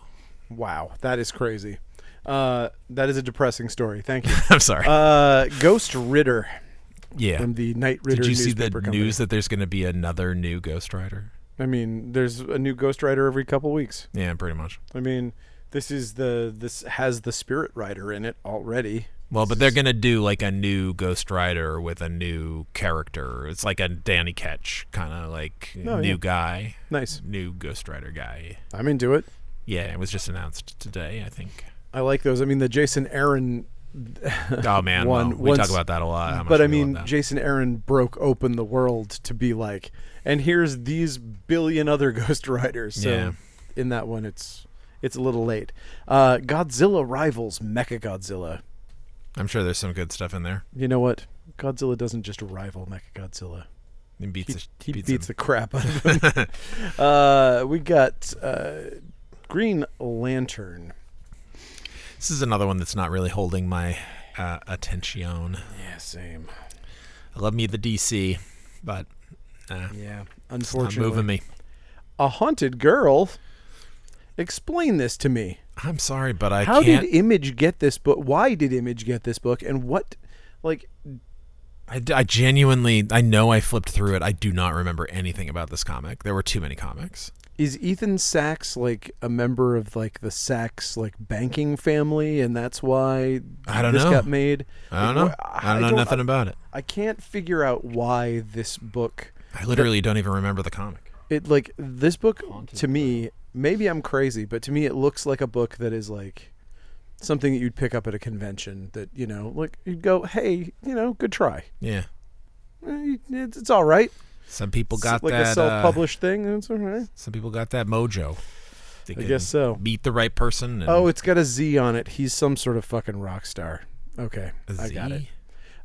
Speaker 1: Wow, that is crazy. Uh, that is a depressing story. Thank you.
Speaker 2: i'm sorry
Speaker 1: Uh, Ghost Ritter
Speaker 2: yeah
Speaker 1: from the Knight Ritter
Speaker 2: did you see the
Speaker 1: newspaper company.
Speaker 2: news that there's going to be another new ghost rider
Speaker 1: I mean, there's a new Ghost Rider every couple weeks.
Speaker 2: yeah pretty much
Speaker 1: I mean, this is the this has the Spirit Rider in it already.
Speaker 2: well but they're going to do like a new ghost rider with a new character it's like a danny ketch kind of like
Speaker 1: Oh,
Speaker 2: new
Speaker 1: yeah.
Speaker 2: guy
Speaker 1: Nice.
Speaker 2: new ghost rider guy
Speaker 1: I'm into it.
Speaker 2: yeah it was just announced today i think
Speaker 1: I like those. I mean, the Jason Aaron
Speaker 2: Oh man,
Speaker 1: one-
Speaker 2: well, we
Speaker 1: once-
Speaker 2: talk about that a lot. how much
Speaker 1: but I
Speaker 2: we love
Speaker 1: mean,
Speaker 2: that.
Speaker 1: Jason Aaron broke open the world to be like, and here's these billion other Ghost Riders. So
Speaker 2: Yeah.
Speaker 1: in that one, it's it's a little late. Uh, Godzilla rivals Mecha Godzilla.
Speaker 2: I'm sure there's some good stuff in there.
Speaker 1: You know what? Godzilla doesn't just rival Mecha Godzilla.
Speaker 2: It beats,
Speaker 1: He,
Speaker 2: the,
Speaker 1: he
Speaker 2: beats,
Speaker 1: beats,
Speaker 2: him.
Speaker 1: the crap out of him. uh, we got uh, Green Lantern.
Speaker 2: This is another one that's not really holding my uh, attention.
Speaker 1: Yeah, same.
Speaker 2: I love me the DC, but uh,
Speaker 1: Yeah,
Speaker 2: it's not moving
Speaker 1: unfortunately,
Speaker 2: me.
Speaker 1: a haunted girl. Explain this to me.
Speaker 2: I'm sorry, but I
Speaker 1: How
Speaker 2: can't.
Speaker 1: did Image get this book? Why did Image get this book? And what, like,
Speaker 2: I, d- I genuinely, I know I flipped through it. I do not remember anything about this comic. There were too many comics.
Speaker 1: is Ethan Sachs like a member of like the Sachs like banking family, and that's why
Speaker 2: I don't
Speaker 1: this
Speaker 2: know.
Speaker 1: got made?
Speaker 2: I
Speaker 1: Like,
Speaker 2: don't know.
Speaker 1: wh-
Speaker 2: I don't know nothing about it.
Speaker 1: I can't figure out why this book.
Speaker 2: I literally don't even remember the comic.
Speaker 1: It like this book to me. Maybe I'm crazy, but to me it looks like a book that is like something that you'd pick up at a convention. That you know, like you'd go, "Hey, you know, good try.
Speaker 2: Yeah,
Speaker 1: Eh, It's, it's all right.
Speaker 2: some people
Speaker 1: It's
Speaker 2: got
Speaker 1: like
Speaker 2: that.
Speaker 1: a
Speaker 2: uh,
Speaker 1: self-published thing. It's all right.
Speaker 2: some people got that mojo. They
Speaker 1: I
Speaker 2: can
Speaker 1: guess so.
Speaker 2: Meet the right person. And
Speaker 1: Oh, it's got a Z on it. He's some sort of fucking rock star. Okay,
Speaker 2: a
Speaker 1: I got it.
Speaker 2: Z?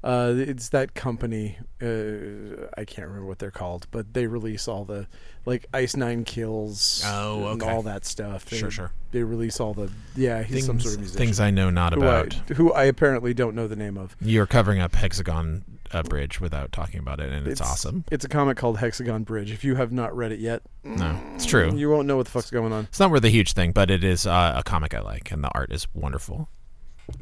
Speaker 1: Uh, it's that company. Uh, I can't remember what they're called, but they release all the like Ice Nine Kills.
Speaker 2: Oh,
Speaker 1: and
Speaker 2: okay.
Speaker 1: all that stuff. They,
Speaker 2: Sure, sure.
Speaker 1: They release all the yeah. He's some sort of musician.
Speaker 2: things I know not
Speaker 1: who I,
Speaker 2: about.
Speaker 1: who I apparently don't know the name of.
Speaker 2: You're covering up Hexagon uh, Bridge without talking about it, and it's, awesome.
Speaker 1: It's a comic called Hexagon Bridge. If you have not read it yet,
Speaker 2: No, it's true.
Speaker 1: you won't know what the fuck's going on.
Speaker 2: It's not worth a huge thing, but it is uh, a comic I like, and the art is wonderful.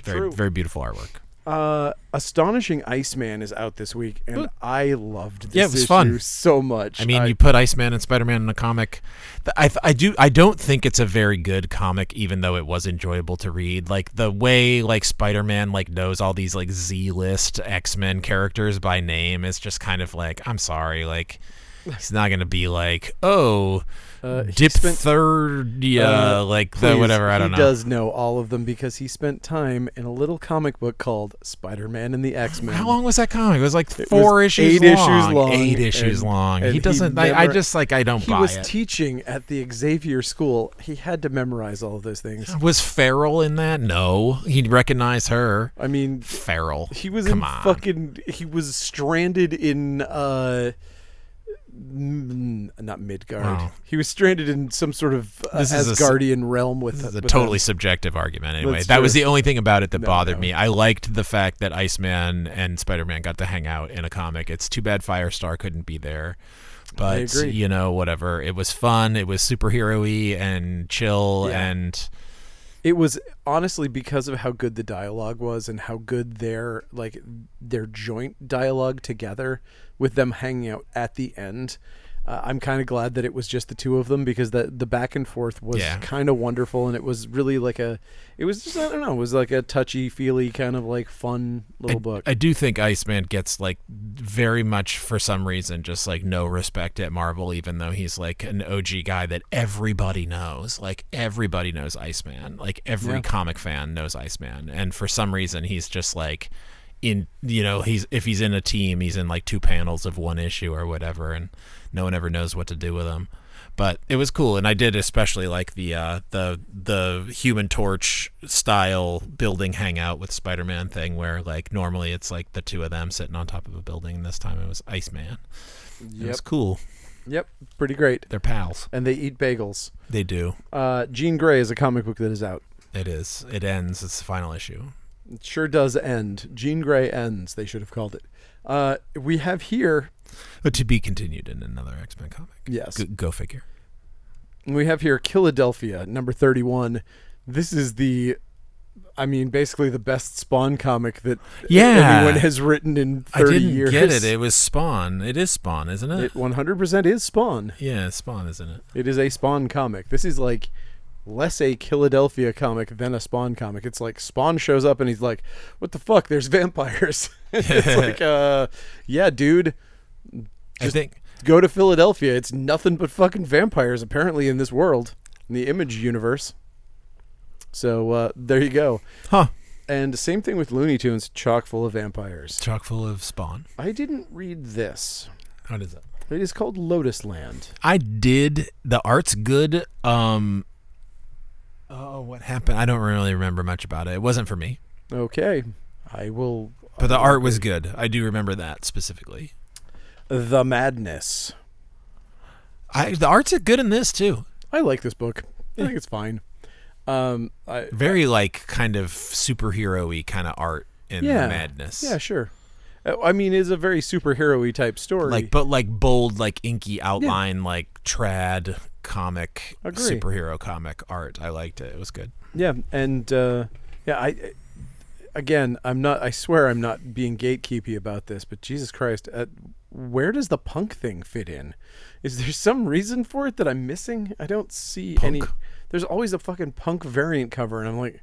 Speaker 2: Very,
Speaker 1: True.
Speaker 2: very beautiful artwork.
Speaker 1: Uh, Astonishing Iceman is out this week, and
Speaker 2: Good.
Speaker 1: I loved this
Speaker 2: Yeah, it was
Speaker 1: issue
Speaker 2: fun.
Speaker 1: so much.
Speaker 2: I mean, you put Iceman and Spider-Man in a comic. Th- I, th- I do. I don't think it's a very good comic, even though it was enjoyable to read. Like the way like Spider-Man like knows all these like Z-list X-Men characters by name is just kind of like I'm sorry, like he's not gonna be like oh
Speaker 1: Uh, he
Speaker 2: diphtheria,
Speaker 1: uh,
Speaker 2: like the
Speaker 1: Please,
Speaker 2: whatever. I don't
Speaker 1: he
Speaker 2: know.
Speaker 1: does know all of them because he spent time in a little comic book called Spider-Man and the X-Men.
Speaker 2: How long was that comic? It was like
Speaker 1: It
Speaker 2: four
Speaker 1: was
Speaker 2: issues,
Speaker 1: eight issues
Speaker 2: long.
Speaker 1: long,
Speaker 2: Eight issues
Speaker 1: and-
Speaker 2: long.
Speaker 1: and
Speaker 2: he
Speaker 1: he
Speaker 2: doesn't. I, I
Speaker 1: never-
Speaker 2: just like I don't
Speaker 1: He
Speaker 2: buy
Speaker 1: was
Speaker 2: it.
Speaker 1: teaching at the Xavier School. He had to memorize all of those things.
Speaker 2: was Farrell in that? No, he'd recognize her.
Speaker 1: I mean,
Speaker 2: Farrell.
Speaker 1: he was
Speaker 2: Come
Speaker 1: in
Speaker 2: on.
Speaker 1: fucking. He was stranded in. uh m- not Midgard.
Speaker 2: Wow.
Speaker 1: He was stranded in some sort of uh,
Speaker 2: This is a s-
Speaker 1: Asgardian realm with
Speaker 2: This is a
Speaker 1: with
Speaker 2: totally subjective argument. Anyway,
Speaker 1: That's
Speaker 2: that was
Speaker 1: true.
Speaker 2: the only thing about it that
Speaker 1: No,
Speaker 2: bothered
Speaker 1: no.
Speaker 2: me. I liked the fact that Iceman and Spider-Man got to hang out in a comic. It's too bad Firestar couldn't be there, but
Speaker 1: agree.
Speaker 2: you know, whatever. It was fun. It was superhero-y and chill
Speaker 1: Yeah.
Speaker 2: and
Speaker 1: It was honestly because of how good the dialogue was and how good their like their joint dialogue together with them hanging out at the end. Uh, I'm kind of glad that it was just the two of them because the the back and forth was
Speaker 2: Yeah.
Speaker 1: kind of wonderful and it was really like a it was just I don't know it was like a touchy feely kind of like fun little book.
Speaker 2: I do think Iceman gets like very much for some reason just like no respect at Marvel, even though he's like an OG guy that everybody knows. Like everybody knows Iceman. Like every
Speaker 1: Yeah.
Speaker 2: comic fan knows Iceman, and for some reason he's just like in you know he's if he's in a team he's in like two panels of one issue or whatever, and no one ever knows what to do with him. But it was cool, and I did especially like the uh, the the Human Torch style building hangout with Spider Man thing, where like normally it's like the two of them sitting on top of a building, and this time it was Iceman. It
Speaker 1: yep,
Speaker 2: was cool.
Speaker 1: yep, pretty great.
Speaker 2: They're pals.
Speaker 1: And they eat bagels.
Speaker 2: They do.
Speaker 1: Uh, Jean Grey is a comic book that is out.
Speaker 2: It is. It ends. It's the final issue.
Speaker 1: It sure does end. Jean Grey ends. They should have called it. Uh, we have here.
Speaker 2: But Uh, to be continued in another X Men comic.
Speaker 1: Yes.
Speaker 2: Go, go figure.
Speaker 1: We have here Philadelphia, number 31. This is the, I mean, basically the best Spawn comic that
Speaker 2: Yeah.
Speaker 1: anyone has written in 30
Speaker 2: I didn't
Speaker 1: years.
Speaker 2: get it. It was Spawn. It is Spawn, isn't it?
Speaker 1: It 100% is Spawn.
Speaker 2: yeah, it's Spawn, isn't it?
Speaker 1: It is a Spawn comic. This is like less a Philadelphia comic than a Spawn comic. It's like Spawn shows up and he's like, "What the fuck? There's vampires." it's like, uh, yeah, dude,
Speaker 2: I think.
Speaker 1: go to Philadelphia. It's nothing but fucking vampires apparently in this world, in the Image universe. So uh, there you go.
Speaker 2: Huh.
Speaker 1: And same thing with Looney Tunes, chock full of vampires.
Speaker 2: Chock full of Spawn.
Speaker 1: I didn't read this.
Speaker 2: How does that?
Speaker 1: It is called Lotus Land.
Speaker 2: I did. The art's good. Um. Oh, what happened? I don't really remember much about it. It wasn't for me,
Speaker 1: Okay, I will.
Speaker 2: but the art was good. I do remember that specifically.
Speaker 1: The Madness.
Speaker 2: I the art's good in this too.
Speaker 1: I like this book. I think it's fine. Um, I
Speaker 2: Very like kind of superhero-y kind of art in
Speaker 1: yeah,
Speaker 2: the madness.
Speaker 1: Yeah, sure. Uh, I mean, it's a very superhero-y type story.
Speaker 2: like but like bold, like inky outline, like trad comic
Speaker 1: Agree.
Speaker 2: superhero comic art. I liked it. It was good.
Speaker 1: yeah, and uh, yeah, I again, I'm not. I swear, I'm not being gatekeepy about this, but Jesus Christ, uh, where does the punk thing fit in? Is there some reason for it that I'm missing? I don't see any.
Speaker 2: Punk.
Speaker 1: There's always a fucking punk variant cover, and I'm like,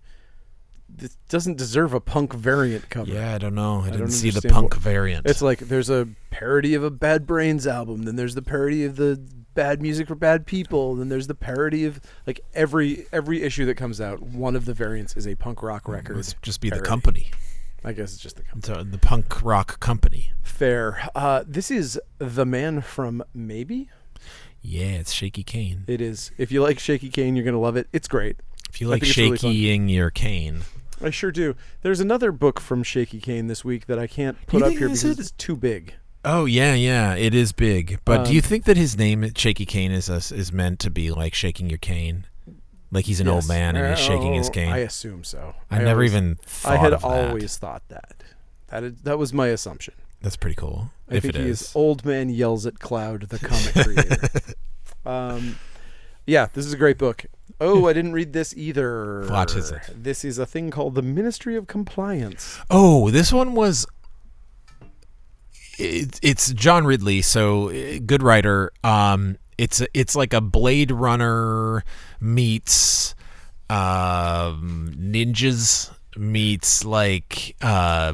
Speaker 1: this doesn't deserve a punk variant cover.
Speaker 2: Yeah, I don't know. I, didn't see the
Speaker 1: understand
Speaker 2: punk
Speaker 1: what-
Speaker 2: variant.
Speaker 1: It's like there's a parody of a Bad Brains album, then there's the parody of the Bad Music for Bad People, then there's the parody of like every every issue that comes out, one of the variants is a punk rock record.
Speaker 2: Let's just be the
Speaker 1: parody.
Speaker 2: company.
Speaker 1: I guess it's just the company.
Speaker 2: So the punk rock company.
Speaker 1: Fair. Uh, this is the man from Maybe.
Speaker 2: Yeah, it's Shaky Kane.
Speaker 1: It is. If you like Shaky Kane, you're gonna love it. It's great.
Speaker 2: If you
Speaker 1: I
Speaker 2: like
Speaker 1: think it's really fun.
Speaker 2: shakying your cane,
Speaker 1: I sure do. There's another book from Shaky Kane this week that I can't put
Speaker 2: You
Speaker 1: up
Speaker 2: think
Speaker 1: here
Speaker 2: this
Speaker 1: because
Speaker 2: is-
Speaker 1: it's too big.
Speaker 2: oh yeah, yeah, it is big. But do you
Speaker 1: Um,
Speaker 2: think that his name Shaky Kane is us is meant to be like shaking your cane, like he's an old
Speaker 1: Yes.
Speaker 2: man and he's shaking his
Speaker 1: Oh,
Speaker 2: cane?
Speaker 1: I
Speaker 2: I,
Speaker 1: assume so.
Speaker 2: never
Speaker 1: always-
Speaker 2: even thought
Speaker 1: I had
Speaker 2: of that.
Speaker 1: always thought that. That is, that was my assumption.
Speaker 2: That's pretty cool.
Speaker 1: I
Speaker 2: if
Speaker 1: think
Speaker 2: it
Speaker 1: he
Speaker 2: is,
Speaker 1: is old man yells at Cloud, the comic creator. um, yeah, this is a great book. Oh, I didn't read this either.
Speaker 2: What is it?
Speaker 1: This is a thing called the Ministry of Compliance.
Speaker 2: oh, this one was. It, it's John Ridley, so uh, good writer. Um, it's a, it's like a Blade Runner meets um, ninjas meets like uh,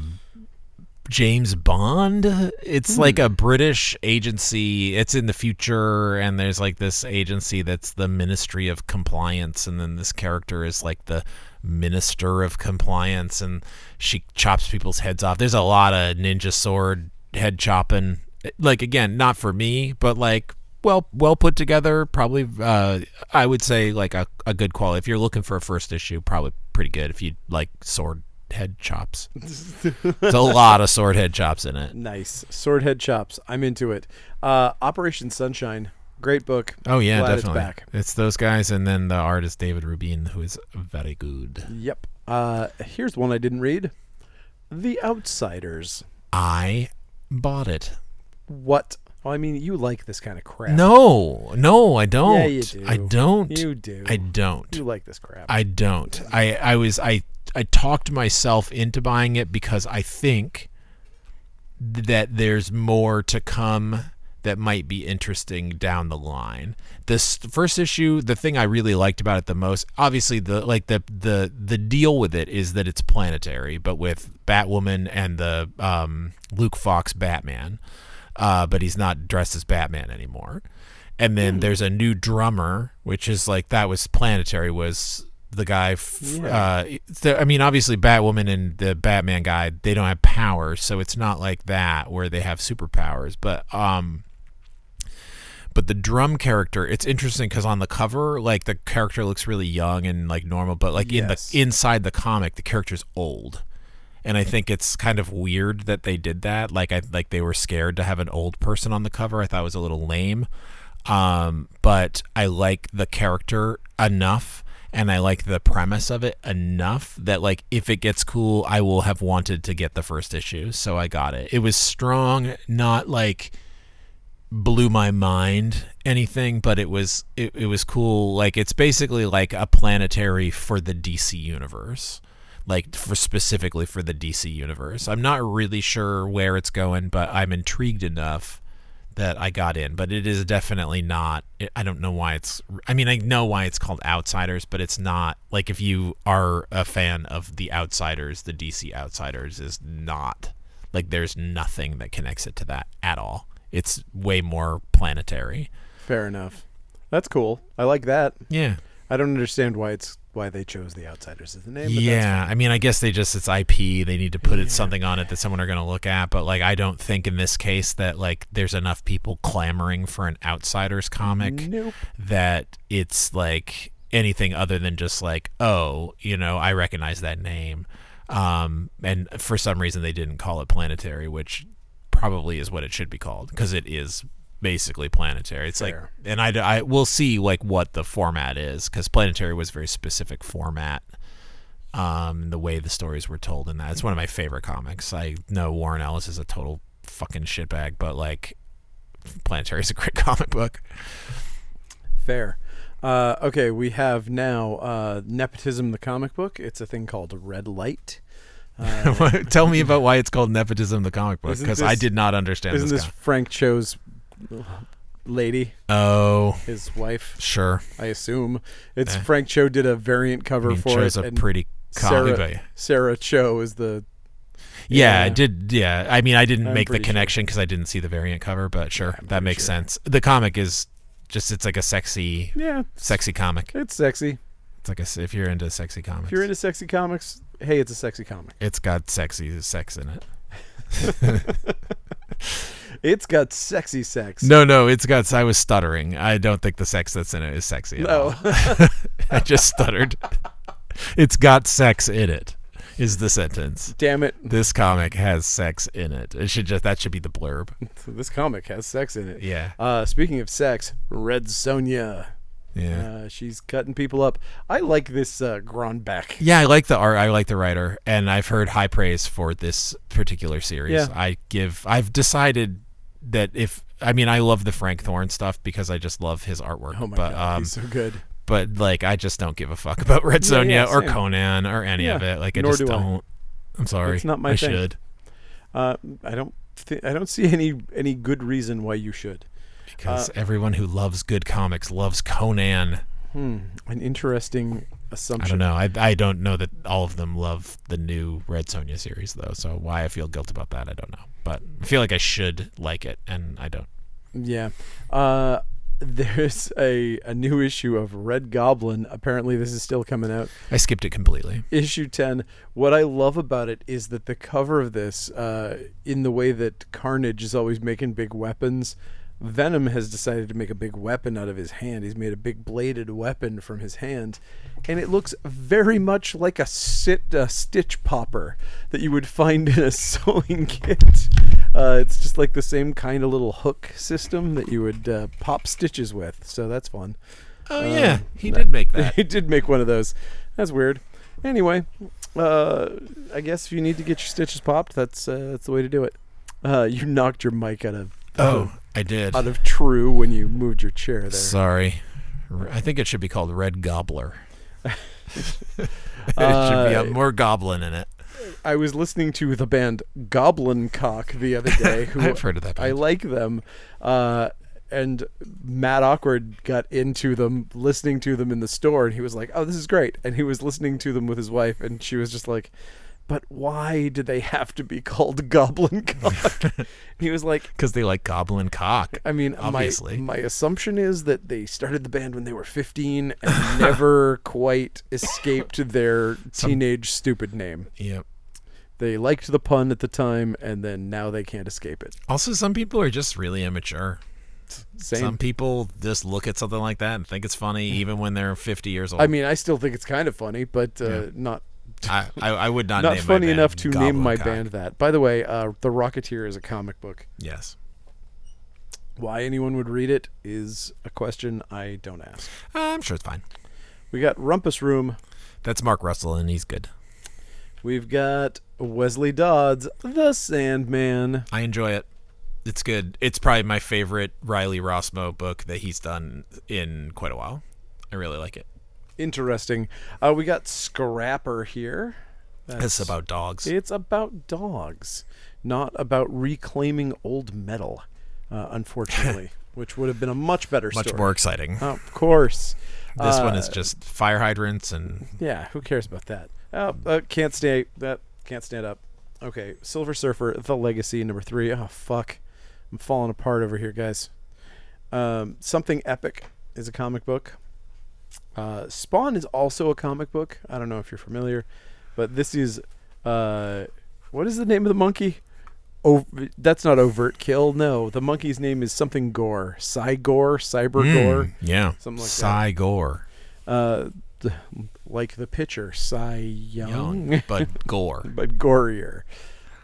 Speaker 2: James Bond. It's like a British agency. It's in the future, and there's like this agency that's the Ministry of Compliance, and then this character is like the Minister of Compliance, and she chops people's heads off. There's a lot of ninja sword head chopping. Like again, not for me, but like well well put together. Probably, uh, I would say like a, a good quality. If you're looking for a first issue, probably pretty good. If you like sword head chops. There's a lot of sword head chops in it.
Speaker 1: Nice. Swordhead Chops. I'm into it. Uh, Operation Sunshine. Great book.
Speaker 2: Oh yeah,
Speaker 1: Glad
Speaker 2: definitely.
Speaker 1: It's back.
Speaker 2: It's those guys, and then the artist David Rubin, who is very good.
Speaker 1: Yep. Uh, here's one I didn't read The Outsiders.
Speaker 2: I bought it.
Speaker 1: What? Well, I mean, you like this kind of crap.
Speaker 2: No, no, I don't.
Speaker 1: Yeah, you do.
Speaker 2: I don't.
Speaker 1: You do.
Speaker 2: I don't.
Speaker 1: you like this crap.
Speaker 2: I don't. I I was I I talked myself into buying it because I think that there's more to come that might be interesting down the line. This first issue, the thing I really liked about it the most, obviously the like the the the deal with it is that it's planetary, but with Batwoman and the um, Luke Fox Batman, uh, but he's not dressed as Batman anymore. And then there's a new drummer, which is like that was planetary was the guy. F- uh, th- I mean, obviously, Batwoman and the Batman guy, they don't have powers, so it's not like that where they have superpowers. But um, but the drum character, it's interesting because on the cover, like the character looks really young and like normal, but like
Speaker 1: Yes.
Speaker 2: in the inside the comic, the character's old. And I think it's kind of weird that they did that. Like I like they were scared to have an old person on the cover. I thought it was a little lame. Um, but I like the character enough and I like the premise of it enough that like if it gets cool, I will have wanted to get the first issue. So I got it. It was strong, not like blew my mind anything but it was it, it was cool like it's basically like a planetary for the DC universe like for specifically for the DC universe I'm not really sure where it's going but I'm intrigued enough that I got in but it is definitely not I don't know why it's I mean I know why it's called Outsiders but it's not like if you are a fan of the Outsiders the DC Outsiders is not like there's nothing that connects it to that at all it's way more planetary.
Speaker 1: Fair enough. That's cool. I like that.
Speaker 2: Yeah.
Speaker 1: I don't understand why it's why they chose the Outsiders as the name. But That's,
Speaker 2: Yeah. I mean, I guess they just, it's IP. They need to put it, something on it that someone are going to look at. But, like, I don't think in this case that, like, there's enough people clamoring for an Outsiders comic
Speaker 1: Nope.
Speaker 2: that it's, like, anything other than just, like, oh, you know, I recognize that name. Um, and for some reason, they didn't call it planetary, which probably is what it should be called because it is basically planetary. It's like
Speaker 1: Fair.
Speaker 2: and I, I will see like what the format is because planetary was a very specific format um the way the stories were told and that it's one of my favorite comics i know warren ellis is a total fucking shitbag but like planetary is a great comic book
Speaker 1: Fair. Uh, okay, we have now uh, nepotism, the comic book. It's a thing called Red Light. Uh,
Speaker 2: tell me about why it's called nepotism the comic book
Speaker 1: Isn't
Speaker 2: because i
Speaker 1: this-
Speaker 2: did not understand
Speaker 1: isn't
Speaker 2: this,
Speaker 1: this
Speaker 2: comic.
Speaker 1: Frank Cho's lady,
Speaker 2: oh
Speaker 1: his wife?
Speaker 2: sure
Speaker 1: I assume it's
Speaker 2: Eh.
Speaker 1: Frank Cho did a variant cover
Speaker 2: i mean
Speaker 1: for
Speaker 2: chose
Speaker 1: it,
Speaker 2: a
Speaker 1: and
Speaker 2: pretty
Speaker 1: Sarah-
Speaker 2: comic but-
Speaker 1: Sarah Cho is the
Speaker 2: Yeah,
Speaker 1: Yeah.
Speaker 2: I did. Yeah, I mean, I didn't
Speaker 1: I'm
Speaker 2: make the
Speaker 1: pretty sure.
Speaker 2: connection because I didn't see the variant cover, but sure,
Speaker 1: I'm
Speaker 2: that
Speaker 1: pretty
Speaker 2: makes
Speaker 1: sure.
Speaker 2: sense. The comic is just it's like a sexy,
Speaker 1: yeah.
Speaker 2: sexy comic.
Speaker 1: It's sexy.
Speaker 2: It's like a, s- if you're into sexy comics,
Speaker 1: If you're into sexy comics, hey, it's a sexy comic.
Speaker 2: it's got sexy sex in it.
Speaker 1: It's got sexy sex.
Speaker 2: No, no, it's got. I was stuttering. I don't think the sex that's in it is sexy. At
Speaker 1: No.
Speaker 2: all. I just stuttered. it's got sex in it. Is the sentence?
Speaker 1: Damn it!
Speaker 2: This comic has sex in it. It should just that should be the blurb.
Speaker 1: This comic has sex in it.
Speaker 2: Yeah,
Speaker 1: Uh, speaking of sex, Red Sonia.
Speaker 2: yeah.
Speaker 1: Uh, she's cutting people up. I like this uh, Gronback.
Speaker 2: Yeah, I like the art. I like the writer, and I've heard high praise for this particular series.
Speaker 1: Yeah.
Speaker 2: I give. I've decided that if I mean, I love the Frank Thorne stuff because I just love his artwork.
Speaker 1: Oh my
Speaker 2: but
Speaker 1: god,
Speaker 2: um,
Speaker 1: he's so good.
Speaker 2: but like, I just don't give a fuck about Red
Speaker 1: Yeah,
Speaker 2: Sonja
Speaker 1: yeah,
Speaker 2: or
Speaker 1: same.
Speaker 2: Conan or any of
Speaker 1: Yeah,
Speaker 2: it. Like, I
Speaker 1: nor
Speaker 2: just
Speaker 1: do I.
Speaker 2: don't. I. am sorry.
Speaker 1: It's not my
Speaker 2: I
Speaker 1: thing.
Speaker 2: should.
Speaker 1: Uh, I don't. Th- I don't see any any good reason why you should. Uh,
Speaker 2: Because everyone who loves good comics loves Conan.
Speaker 1: Hmm, an interesting
Speaker 2: I
Speaker 1: assumption.
Speaker 2: don't know. I, I don't know that all of them love the new Red Sonja series though. So why I feel guilt about that, I don't know. But I feel like I should like it, and I don't.
Speaker 1: Yeah. Uh, there's a, a new issue of Red Goblin. Apparently, this is still coming out.
Speaker 2: I skipped it completely.
Speaker 1: Issue 10. What I love about it is that the cover of this, uh, in the way that Carnage is always making big weapons, Venom has decided to make a big weapon out of his hand. He's made a big bladed weapon from his hand. And it looks very much like a, sit, a stitch popper that you would find in a sewing kit. Uh, it's just like the same kind of little hook system that you would uh, pop stitches with. So that's fun.
Speaker 2: Oh
Speaker 1: yeah,
Speaker 2: yeah, he did make that.
Speaker 1: They did make one of those. That's weird. Anyway, uh, I guess if you need to get your stitches popped, that's uh, that's the way to do it. Uh, you knocked your mic out of
Speaker 2: Oh, I did.
Speaker 1: out of true when you moved your chair there.
Speaker 2: Sorry. R- I think it should be called Red Gobbler. it should be
Speaker 1: Uh,
Speaker 2: have more goblin in it.
Speaker 1: I was listening to the band Goblin Cock the other day. Who
Speaker 2: I've heard of that
Speaker 1: I
Speaker 2: band.
Speaker 1: like them. Uh, and Matt Awkward got into them, listening to them in the store, and he was like, "Oh, this is great." And he was listening to them with his wife, and she was just like, "But why do they have to be called Goblin Cock?" and he was like,
Speaker 2: Because they like goblin cock.
Speaker 1: I mean,
Speaker 2: Obviously.
Speaker 1: my my assumption is that they started the band when they were 15 and never quite escaped their teenage stupid name.
Speaker 2: Yep.
Speaker 1: They liked the pun at the time, and then now they can't escape it.
Speaker 2: Also, some people are just really immature.
Speaker 1: Same.
Speaker 2: Some people just look at something like that and think it's funny, even when they're 50 years old.
Speaker 1: I mean, I still think it's kind of funny, but uh, not
Speaker 2: I, I, I would not.
Speaker 1: not
Speaker 2: name my
Speaker 1: funny
Speaker 2: band
Speaker 1: enough to name
Speaker 2: Goblin
Speaker 1: my
Speaker 2: Cock.
Speaker 1: band that. By the way, uh, The Rocketeer is a comic book.
Speaker 2: Yes.
Speaker 1: Why anyone would read it is a question I don't ask.
Speaker 2: Uh, I'm sure it's fine.
Speaker 1: We got Rumpus Room.
Speaker 2: That's Mark Russell, and he's good.
Speaker 1: We've got Wesley Dodds, The Sandman.
Speaker 2: I enjoy it. It's good. It's probably my favorite Riley Rossmo book that he's done in quite a while. I really like it.
Speaker 1: Interesting. Uh, we got Scrapper here.
Speaker 2: It's about dogs.
Speaker 1: It's about dogs, not about reclaiming old metal, uh, unfortunately, which would have been a much better
Speaker 2: Much
Speaker 1: story.
Speaker 2: more exciting.
Speaker 1: Of course.
Speaker 2: This
Speaker 1: Uh,
Speaker 2: one is just fire hydrants and
Speaker 1: Yeah, who cares about that? Oh, uh, can't stay. That can't stand up. Okay, Silver Surfer, The Legacy, number three. Oh fuck, I'm falling apart over here, guys. Um, Something Epic is a comic book. Uh, Spawn is also a comic book. I don't know if you're familiar, but this is uh, what is the name of the monkey? Oh, that's not overt kill. No, the monkey's name is something Gore, Cygore, Cyber Gore.
Speaker 2: Mm, yeah,
Speaker 1: Something like that.
Speaker 2: Cy Gore,
Speaker 1: Uh, th- like the pitcher, Cy Young,
Speaker 2: young but Gore.
Speaker 1: but gorier.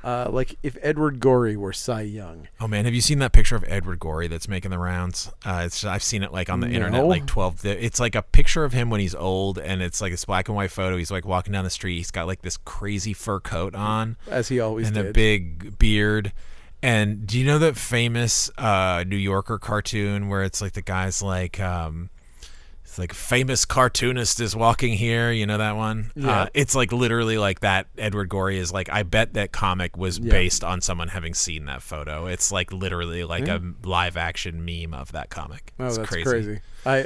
Speaker 1: Uh, like if Edward Gorey were Cy Young.
Speaker 2: Oh man, have you seen that picture of Edward Gorey that's making the rounds? Uh, it's I've seen it like on the internet,
Speaker 1: No.
Speaker 2: like twelve. th- It's like a picture of him when he's old, and it's like this black and white photo. He's like walking down the street. He's got like this crazy fur coat on
Speaker 1: As he always
Speaker 2: and
Speaker 1: did.
Speaker 2: a big beard. And do you know that famous uh, New Yorker cartoon where it's like the guy's like, um, it's like famous cartoonist is walking here. You know that one?
Speaker 1: Yeah.
Speaker 2: Uh, it's like literally like that. Edward Gorey is like, I bet that comic was
Speaker 1: Yeah.
Speaker 2: based on someone having seen that photo. It's like literally like a live action meme of that comic.
Speaker 1: oh,
Speaker 2: it's
Speaker 1: that's
Speaker 2: crazy.
Speaker 1: crazy. I,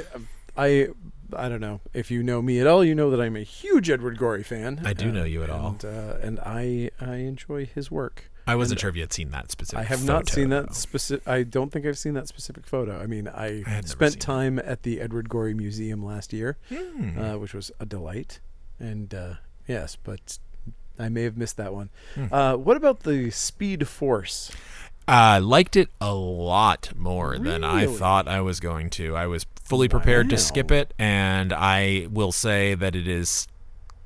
Speaker 1: I, I don't know if you know me at all. You know that I'm a huge Edward Gorey fan.
Speaker 2: I do know you at all.
Speaker 1: and, uh, and I, I enjoy his work.
Speaker 2: I wasn't sure if you had seen that specific.
Speaker 1: I have not
Speaker 2: photo,
Speaker 1: seen that
Speaker 2: though.
Speaker 1: specific. I don't think I've seen that specific photo. I mean, I,
Speaker 2: had never
Speaker 1: spent
Speaker 2: seen it.
Speaker 1: time at the Edward Gorey Museum last year,
Speaker 2: Hmm. Mm-hmm.
Speaker 1: uh, which was a delight. And uh, yes, but I may have missed that one.
Speaker 2: Hmm.
Speaker 1: Uh, what about the Speed Force?
Speaker 2: uh, liked it a lot more than I
Speaker 1: Really?
Speaker 2: thought I was going to. I was fully prepared
Speaker 1: Wow.
Speaker 2: to skip it, and I will say that it is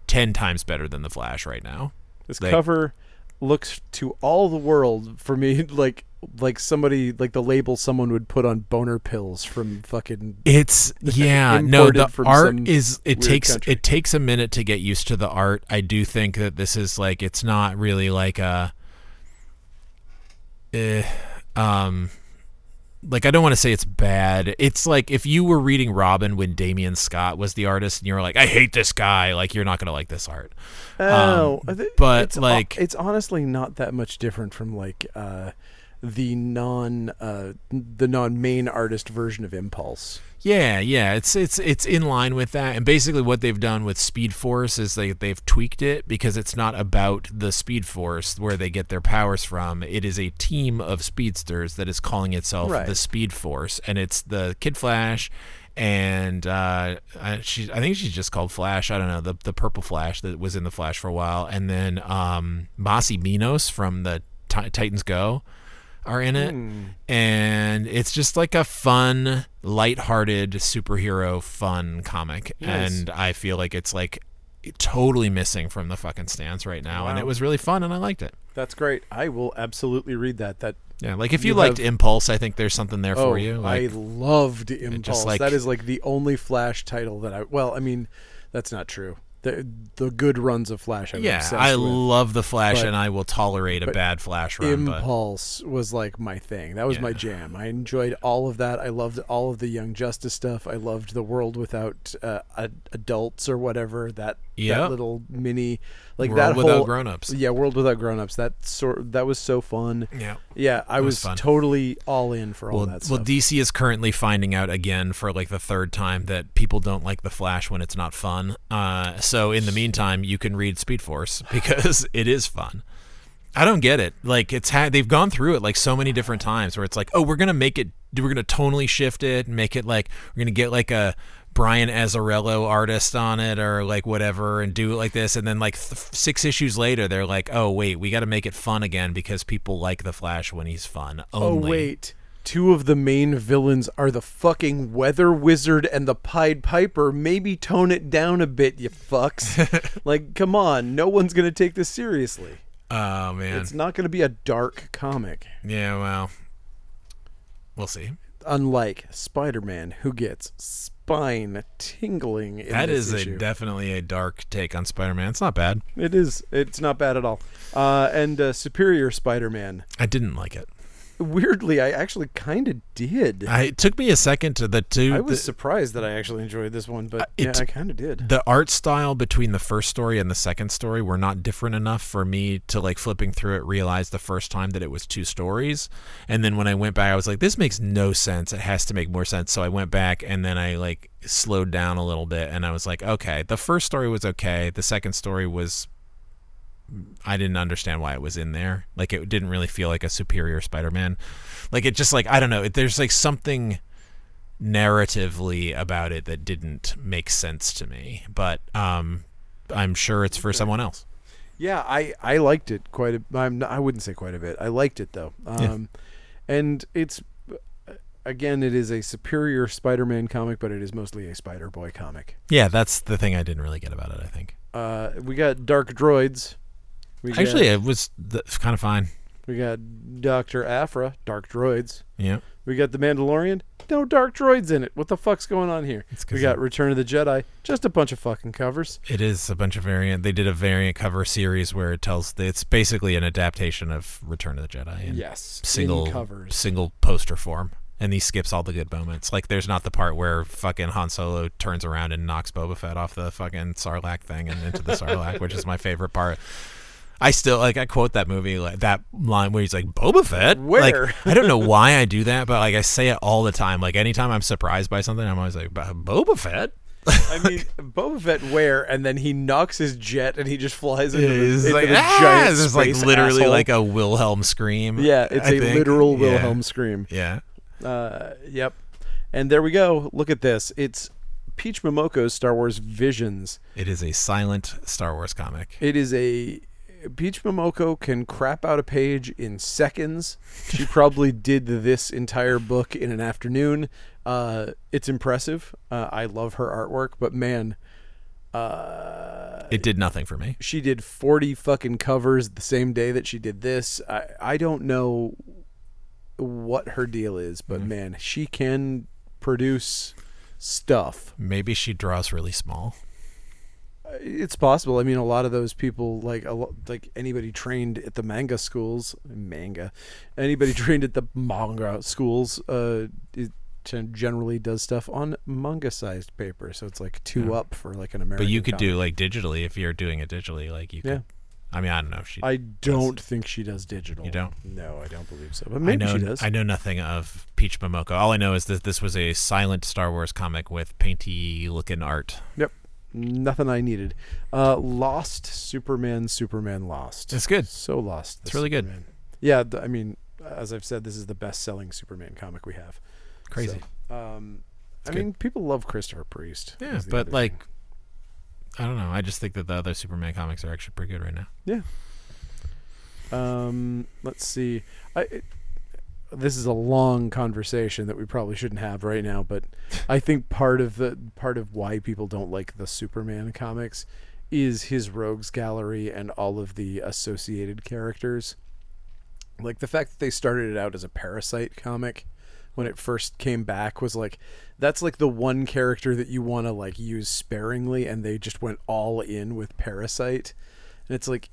Speaker 2: ten times better than the Flash right now.
Speaker 1: This
Speaker 2: They-
Speaker 1: cover looks to all the world for me like like somebody like the label someone would put on boner pills from fucking
Speaker 2: It's yeah, no.
Speaker 1: Imported
Speaker 2: The
Speaker 1: from some
Speaker 2: art is it
Speaker 1: weird
Speaker 2: takes
Speaker 1: country.
Speaker 2: it takes a minute to get used to the art. I do think that this is like it's not really like a, eh, um, like I don't want to say it's bad. It's like if you were reading Robin when Damian Scott was the artist, and you were like, I hate this guy. Like you're not gonna like this art.
Speaker 1: Oh, I thi-
Speaker 2: Um, but,
Speaker 1: it's, ho-
Speaker 2: like-
Speaker 1: it's honestly not that much different from like uh, the non uh, the non main artist version of Impulse.
Speaker 2: Yeah, yeah, it's it's it's in line with that, and basically what they've done with Speed Force is they they've tweaked it because it's not about the Speed Force where they get their powers from. It is a team of speedsters that is calling itself
Speaker 1: Right.
Speaker 2: the Speed Force, and it's the Kid Flash, and uh, I, she I think she's just called Flash. I don't know the the purple Flash that was in the Flash for a while, and then um, Mossy Minos from the Ti- Titans Go are in it.
Speaker 1: Hmm.
Speaker 2: And it's just like a fun, lighthearted superhero fun comic.
Speaker 1: Nice.
Speaker 2: And I feel like it's like totally missing from the fucking stands right now. And
Speaker 1: Wow.
Speaker 2: it was really fun and I liked it.
Speaker 1: That's great. I will absolutely read that. That
Speaker 2: Yeah. Like if you,
Speaker 1: You
Speaker 2: liked
Speaker 1: have-
Speaker 2: Impulse, I think there's something there
Speaker 1: oh,
Speaker 2: for you. Like,
Speaker 1: I loved Impulse.
Speaker 2: like-
Speaker 1: that is like the only Flash title that I. Well, I mean, that's not true. the the good runs of Flash. I'm
Speaker 2: yeah,
Speaker 1: obsessed
Speaker 2: I
Speaker 1: with.
Speaker 2: love the Flash,
Speaker 1: but-
Speaker 2: and I will tolerate a
Speaker 1: but
Speaker 2: bad Flash run. But
Speaker 1: Impulse was like my thing. That was my
Speaker 2: Yeah.
Speaker 1: jam. I enjoyed all of that. I loved all of the Young Justice stuff. I loved the world without uh, ad- adults or whatever. That
Speaker 2: Yeah.
Speaker 1: that little mini like
Speaker 2: World
Speaker 1: that
Speaker 2: Without
Speaker 1: whole
Speaker 2: Grown-Ups.
Speaker 1: Yeah, world without grown-ups. That sort that was so fun.
Speaker 2: yeah.
Speaker 1: Yeah, I
Speaker 2: was
Speaker 1: was,
Speaker 2: fun.
Speaker 1: totally all in for all
Speaker 2: Well,
Speaker 1: that
Speaker 2: well,
Speaker 1: stuff.
Speaker 2: DC is currently finding out again for like the third time that people don't like the Flash when it's not fun. Uh, so in the meantime, you can read Speed Force because it is fun. I don't get it. Like it's had they've gone through it like so many different times where it's like, oh, we're gonna make it, we're gonna tonally shift it and make it like we're gonna get like a Brian Azzarello artist on it or like whatever and do it like this, and then like th- six issues later, they're like, oh wait, we got to make it fun again because people like the Flash when he's fun.
Speaker 1: oh
Speaker 2: Only.
Speaker 1: wait. Two of the main villains are the fucking weather wizard and the Pied Piper. Maybe tone it down a bit, you fucks. like, come on, no one's gonna take this seriously.
Speaker 2: Oh man.
Speaker 1: It's not going to be a dark comic,
Speaker 2: Yeah, well, we'll see.
Speaker 1: unlike Spider-Man, who gets spine tingling. In
Speaker 2: That
Speaker 1: this
Speaker 2: is a
Speaker 1: issue.
Speaker 2: definitely a dark take on Spider-Man. It's not bad.
Speaker 1: it is. It's not bad at all. Uh, and uh, Superior Spider-Man.
Speaker 2: I didn't like it.
Speaker 1: Weirdly, I actually kind of did. I,
Speaker 2: I, it took me a second to the two.
Speaker 1: was
Speaker 2: Uh, the, Uh,
Speaker 1: surprised that I actually enjoyed this one, but yeah,
Speaker 2: it-
Speaker 1: I kind of did.
Speaker 2: the art style between the first story and the second story were not different enough for me to like flipping through it realize the first time that it was two stories and then when i went back i was like this makes no sense it has to make more sense so i went back and then i like slowed down a little bit and i was like okay the first story was okay the second story was i didn't understand why it was in there like it didn't really feel like a superior spider-man like it just like i don't know it- there's like something narratively about it that didn't make sense to me. But um, I'm sure it's for someone else.
Speaker 1: Yeah, I, I liked it quite a. I'm not, I wouldn't say quite a bit. I liked it though. Um, and it's uh, again, it is a superior Spider-Man comic, but it is mostly a Spider-Boy comic.
Speaker 2: Yeah, that's the thing I didn't really get about it. I think
Speaker 1: Uh, we got Dark Droids. We
Speaker 2: actually
Speaker 1: got,
Speaker 2: it was th- kind of fine.
Speaker 1: we got Doctor Afra, Dark Droids.
Speaker 2: Yeah,
Speaker 1: We got the Mandalorian. No Dark Droids in it. What the fuck's going on here?
Speaker 2: It's 'cause
Speaker 1: We got Return of the Jedi. Just a bunch of fucking covers.
Speaker 2: it is a bunch of variant. They did a variant cover series where it tells it's basically an adaptation of Return of the Jedi in
Speaker 1: Yes,
Speaker 2: single
Speaker 1: in covers.
Speaker 2: single poster form. And he skips all the good moments. Like, there's not the part where fucking Han Solo turns around and knocks Boba Fett off the fucking Sarlacc thing and into the Sarlacc, which is my favorite part. I still like I quote that movie like that line where he's like Boba Fett.
Speaker 1: Where?
Speaker 2: Like, I don't know why I do that, but like I say it all the time. Like anytime I'm surprised by something, I'm always like "Bo- Boba Fett.
Speaker 1: I mean, Boba Fett where, and then he knocks his jet and he just flies into the,
Speaker 2: It's
Speaker 1: into
Speaker 2: like,
Speaker 1: the
Speaker 2: "Ah!"
Speaker 1: giant
Speaker 2: It's
Speaker 1: space
Speaker 2: like literally
Speaker 1: asshole.
Speaker 2: like a Wilhelm scream.
Speaker 1: yeah, it's
Speaker 2: a
Speaker 1: a literal Wilhelm scream.
Speaker 2: Yeah.
Speaker 1: Uh, yep. And there we go. Look at this. It's Peach Momoko's Star Wars Visions.
Speaker 2: It is a silent Star Wars comic.
Speaker 1: It is a Peach Momoko can crap out a page in seconds. She probably did this entire book in an afternoon. Uh, it's impressive. Uh, I love her artwork, but man, uh,
Speaker 2: It did nothing for me.
Speaker 1: she did forty fucking covers the same day that she did this. I I don't know what her deal is, but man, she can produce stuff.
Speaker 2: Maybe she draws really small.
Speaker 1: Uh, It's possible. I mean, a lot of those people, like a lo- like anybody trained at the manga schools, manga, anybody trained at the manga schools, uh, it gen- generally does stuff on manga-sized paper. So it's like two up for like an American.
Speaker 2: But you could
Speaker 1: comic.
Speaker 2: do like digitally if you're doing it digitally. Like you could.
Speaker 1: Yeah.
Speaker 2: I mean, I don't know if she.
Speaker 1: I don't think she does digital.
Speaker 2: You don't?
Speaker 1: No, I don't believe so. But
Speaker 2: I
Speaker 1: maybe
Speaker 2: know.
Speaker 1: she does.
Speaker 2: I know nothing of Peach Momoko. All I know is that this was a silent Star Wars comic with painty looking art.
Speaker 1: Yep. Nothing I needed. Uh, lost Superman. Superman lost.
Speaker 2: It's good.
Speaker 1: so lost.
Speaker 2: It's really good.
Speaker 1: good. Yeah, th- I mean, as I've said, this is the best-selling Superman comic we have.
Speaker 2: Crazy.
Speaker 1: So, um, I
Speaker 2: good.
Speaker 1: mean, people love Christopher Priest.
Speaker 2: yeah,
Speaker 1: is the
Speaker 2: but
Speaker 1: other
Speaker 2: like,
Speaker 1: thing.
Speaker 2: I don't know. I just think that the other Superman comics are actually pretty good right now.
Speaker 1: um, let's see. I, it, this is a long conversation that we probably shouldn't have right now, but I think part of the part of why people don't like the Superman comics is his rogues gallery and all of the associated characters. Like the fact that they started it out as a parasite comic when it first came back was like that's like the one character that you want to like use sparingly and they just went all in with Parasite. And it's like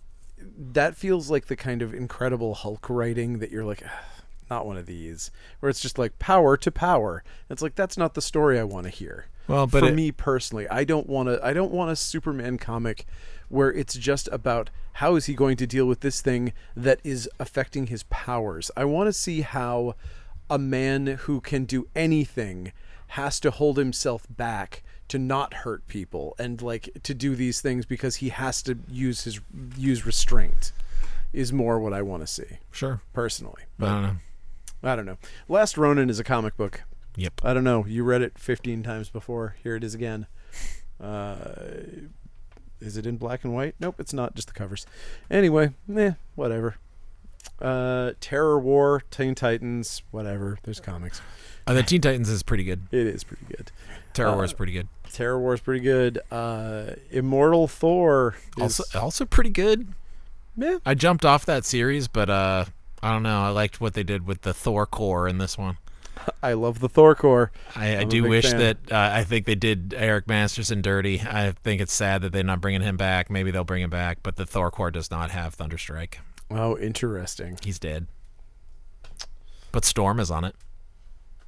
Speaker 1: that feels like the kind of incredible Hulk writing that you're like "Ugh, not one of these where it's just like power to power. It's like that's not the story I want to hear.
Speaker 2: Well, Uh, but
Speaker 1: for
Speaker 2: it-
Speaker 1: me personally, I don't want to I don't want a Superman comic where it's just about how is he going to deal with this thing that is affecting his powers. I want to see how a man who can do anything has to hold himself back to not hurt people and like to do these things because he has to use his use restraint is more what I want to see
Speaker 2: Sure.
Speaker 1: personally.
Speaker 2: I don't know.
Speaker 1: I don't know. Last Ronin is a comic book.
Speaker 2: Yep.
Speaker 1: I don't know. You read it 15 times before. Here it is again. Uh, is it in black and white? Nope, it's not. Just the covers. Anyway, eh, whatever. Uh, Terror War, Teen Titans, whatever. There's comics.
Speaker 2: Uh, the Teen Titans is pretty good.
Speaker 1: It is pretty good.
Speaker 2: Terror
Speaker 1: Uh,
Speaker 2: War is pretty good.
Speaker 1: Terror War is pretty good. Uh, Immortal Thor is
Speaker 2: Also, uh, also pretty good.
Speaker 1: meh.
Speaker 2: I jumped off that series, but uh, I don't know. I liked what they did with the Thor core in this one.
Speaker 1: I love the Thor core.
Speaker 2: I, I
Speaker 1: I'm a
Speaker 2: do
Speaker 1: big
Speaker 2: wish
Speaker 1: fan.
Speaker 2: that uh, I think they did Eric Masterson dirty. I think it's sad that they're not bringing him back. Maybe they'll bring him back, but the Thor core does not have Thunderstrike.
Speaker 1: Oh, interesting.
Speaker 2: He's dead. But Storm is on it.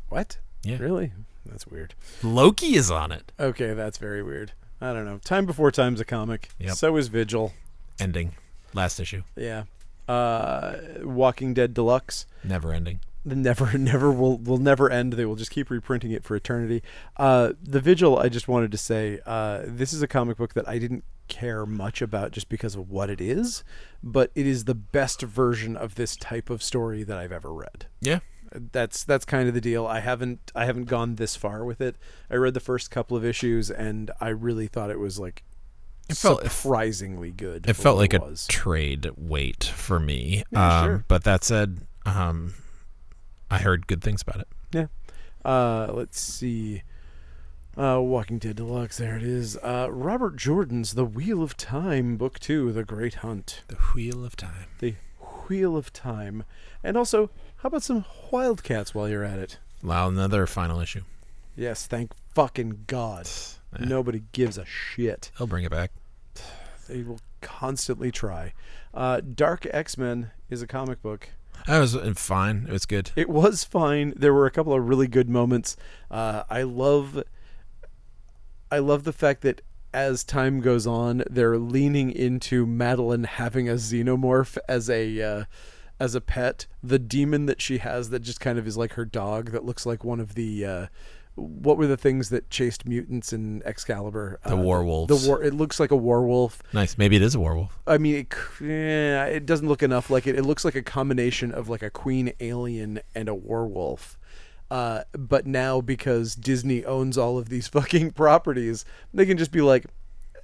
Speaker 1: What?
Speaker 2: Yeah.
Speaker 1: Really? That's weird.
Speaker 2: Loki is on it.
Speaker 1: Okay, that's very weird. I don't know. Time Before Time's a comic.
Speaker 2: Yep.
Speaker 1: So is Vigil.
Speaker 2: Ending. Last issue.
Speaker 1: Yeah. Uh, Walking Dead Deluxe.
Speaker 2: Never ending.
Speaker 1: The never, never will will never end. They will just keep reprinting it for eternity. Uh, the Vigil. I just wanted to say uh, this is a comic book that I didn't care much about just because of what it is, but it is the best version of this type of story that I've ever read
Speaker 2: Yeah.
Speaker 1: that's that's kind of the deal. I haven't I haven't gone this far with it. I read the first couple of issues and I really thought it was like
Speaker 2: It felt-
Speaker 1: surprisingly good.
Speaker 2: It
Speaker 1: for
Speaker 2: felt
Speaker 1: what
Speaker 2: like
Speaker 1: it
Speaker 2: a
Speaker 1: was.
Speaker 2: trade weight for me.
Speaker 1: Yeah,
Speaker 2: um,
Speaker 1: sure.
Speaker 2: But that said, um, I heard good things about it.
Speaker 1: yeah. Uh, let's see. Uh, Walking Dead Deluxe. There it is. Uh, Robert Jordan's The Wheel of Time, Book Two, The Great Hunt,
Speaker 2: The Wheel of Time.
Speaker 1: The Wheel of Time, and also how about some Wildcats while you're at it?
Speaker 2: Well, another final issue.
Speaker 1: Yes, thank fucking God.
Speaker 2: Eh,
Speaker 1: Nobody gives a shit.
Speaker 2: I'll bring it back.
Speaker 1: they will constantly try. Uh, Dark X Men is a comic book.
Speaker 2: I was uh, fine. It was good.
Speaker 1: It was fine. There were a couple of really good moments. Uh, I love, I love the fact that as time goes on, they're leaning into Madeline having a xenomorph as a. Uh, as a pet, the demon that she has that just kind of is like her dog that looks like one of the uh, what were the things that chased mutants in Excalibur?
Speaker 2: The
Speaker 1: Uh,
Speaker 2: werewolves.
Speaker 1: The war. It looks like a werewolf.
Speaker 2: nice. Maybe it is a werewolf.
Speaker 1: I mean, it, c- yeah, it doesn't look enough like it. It looks like a combination of like a queen alien and a werewolf. Uh, but now because Disney owns all of these fucking properties, they can just be like,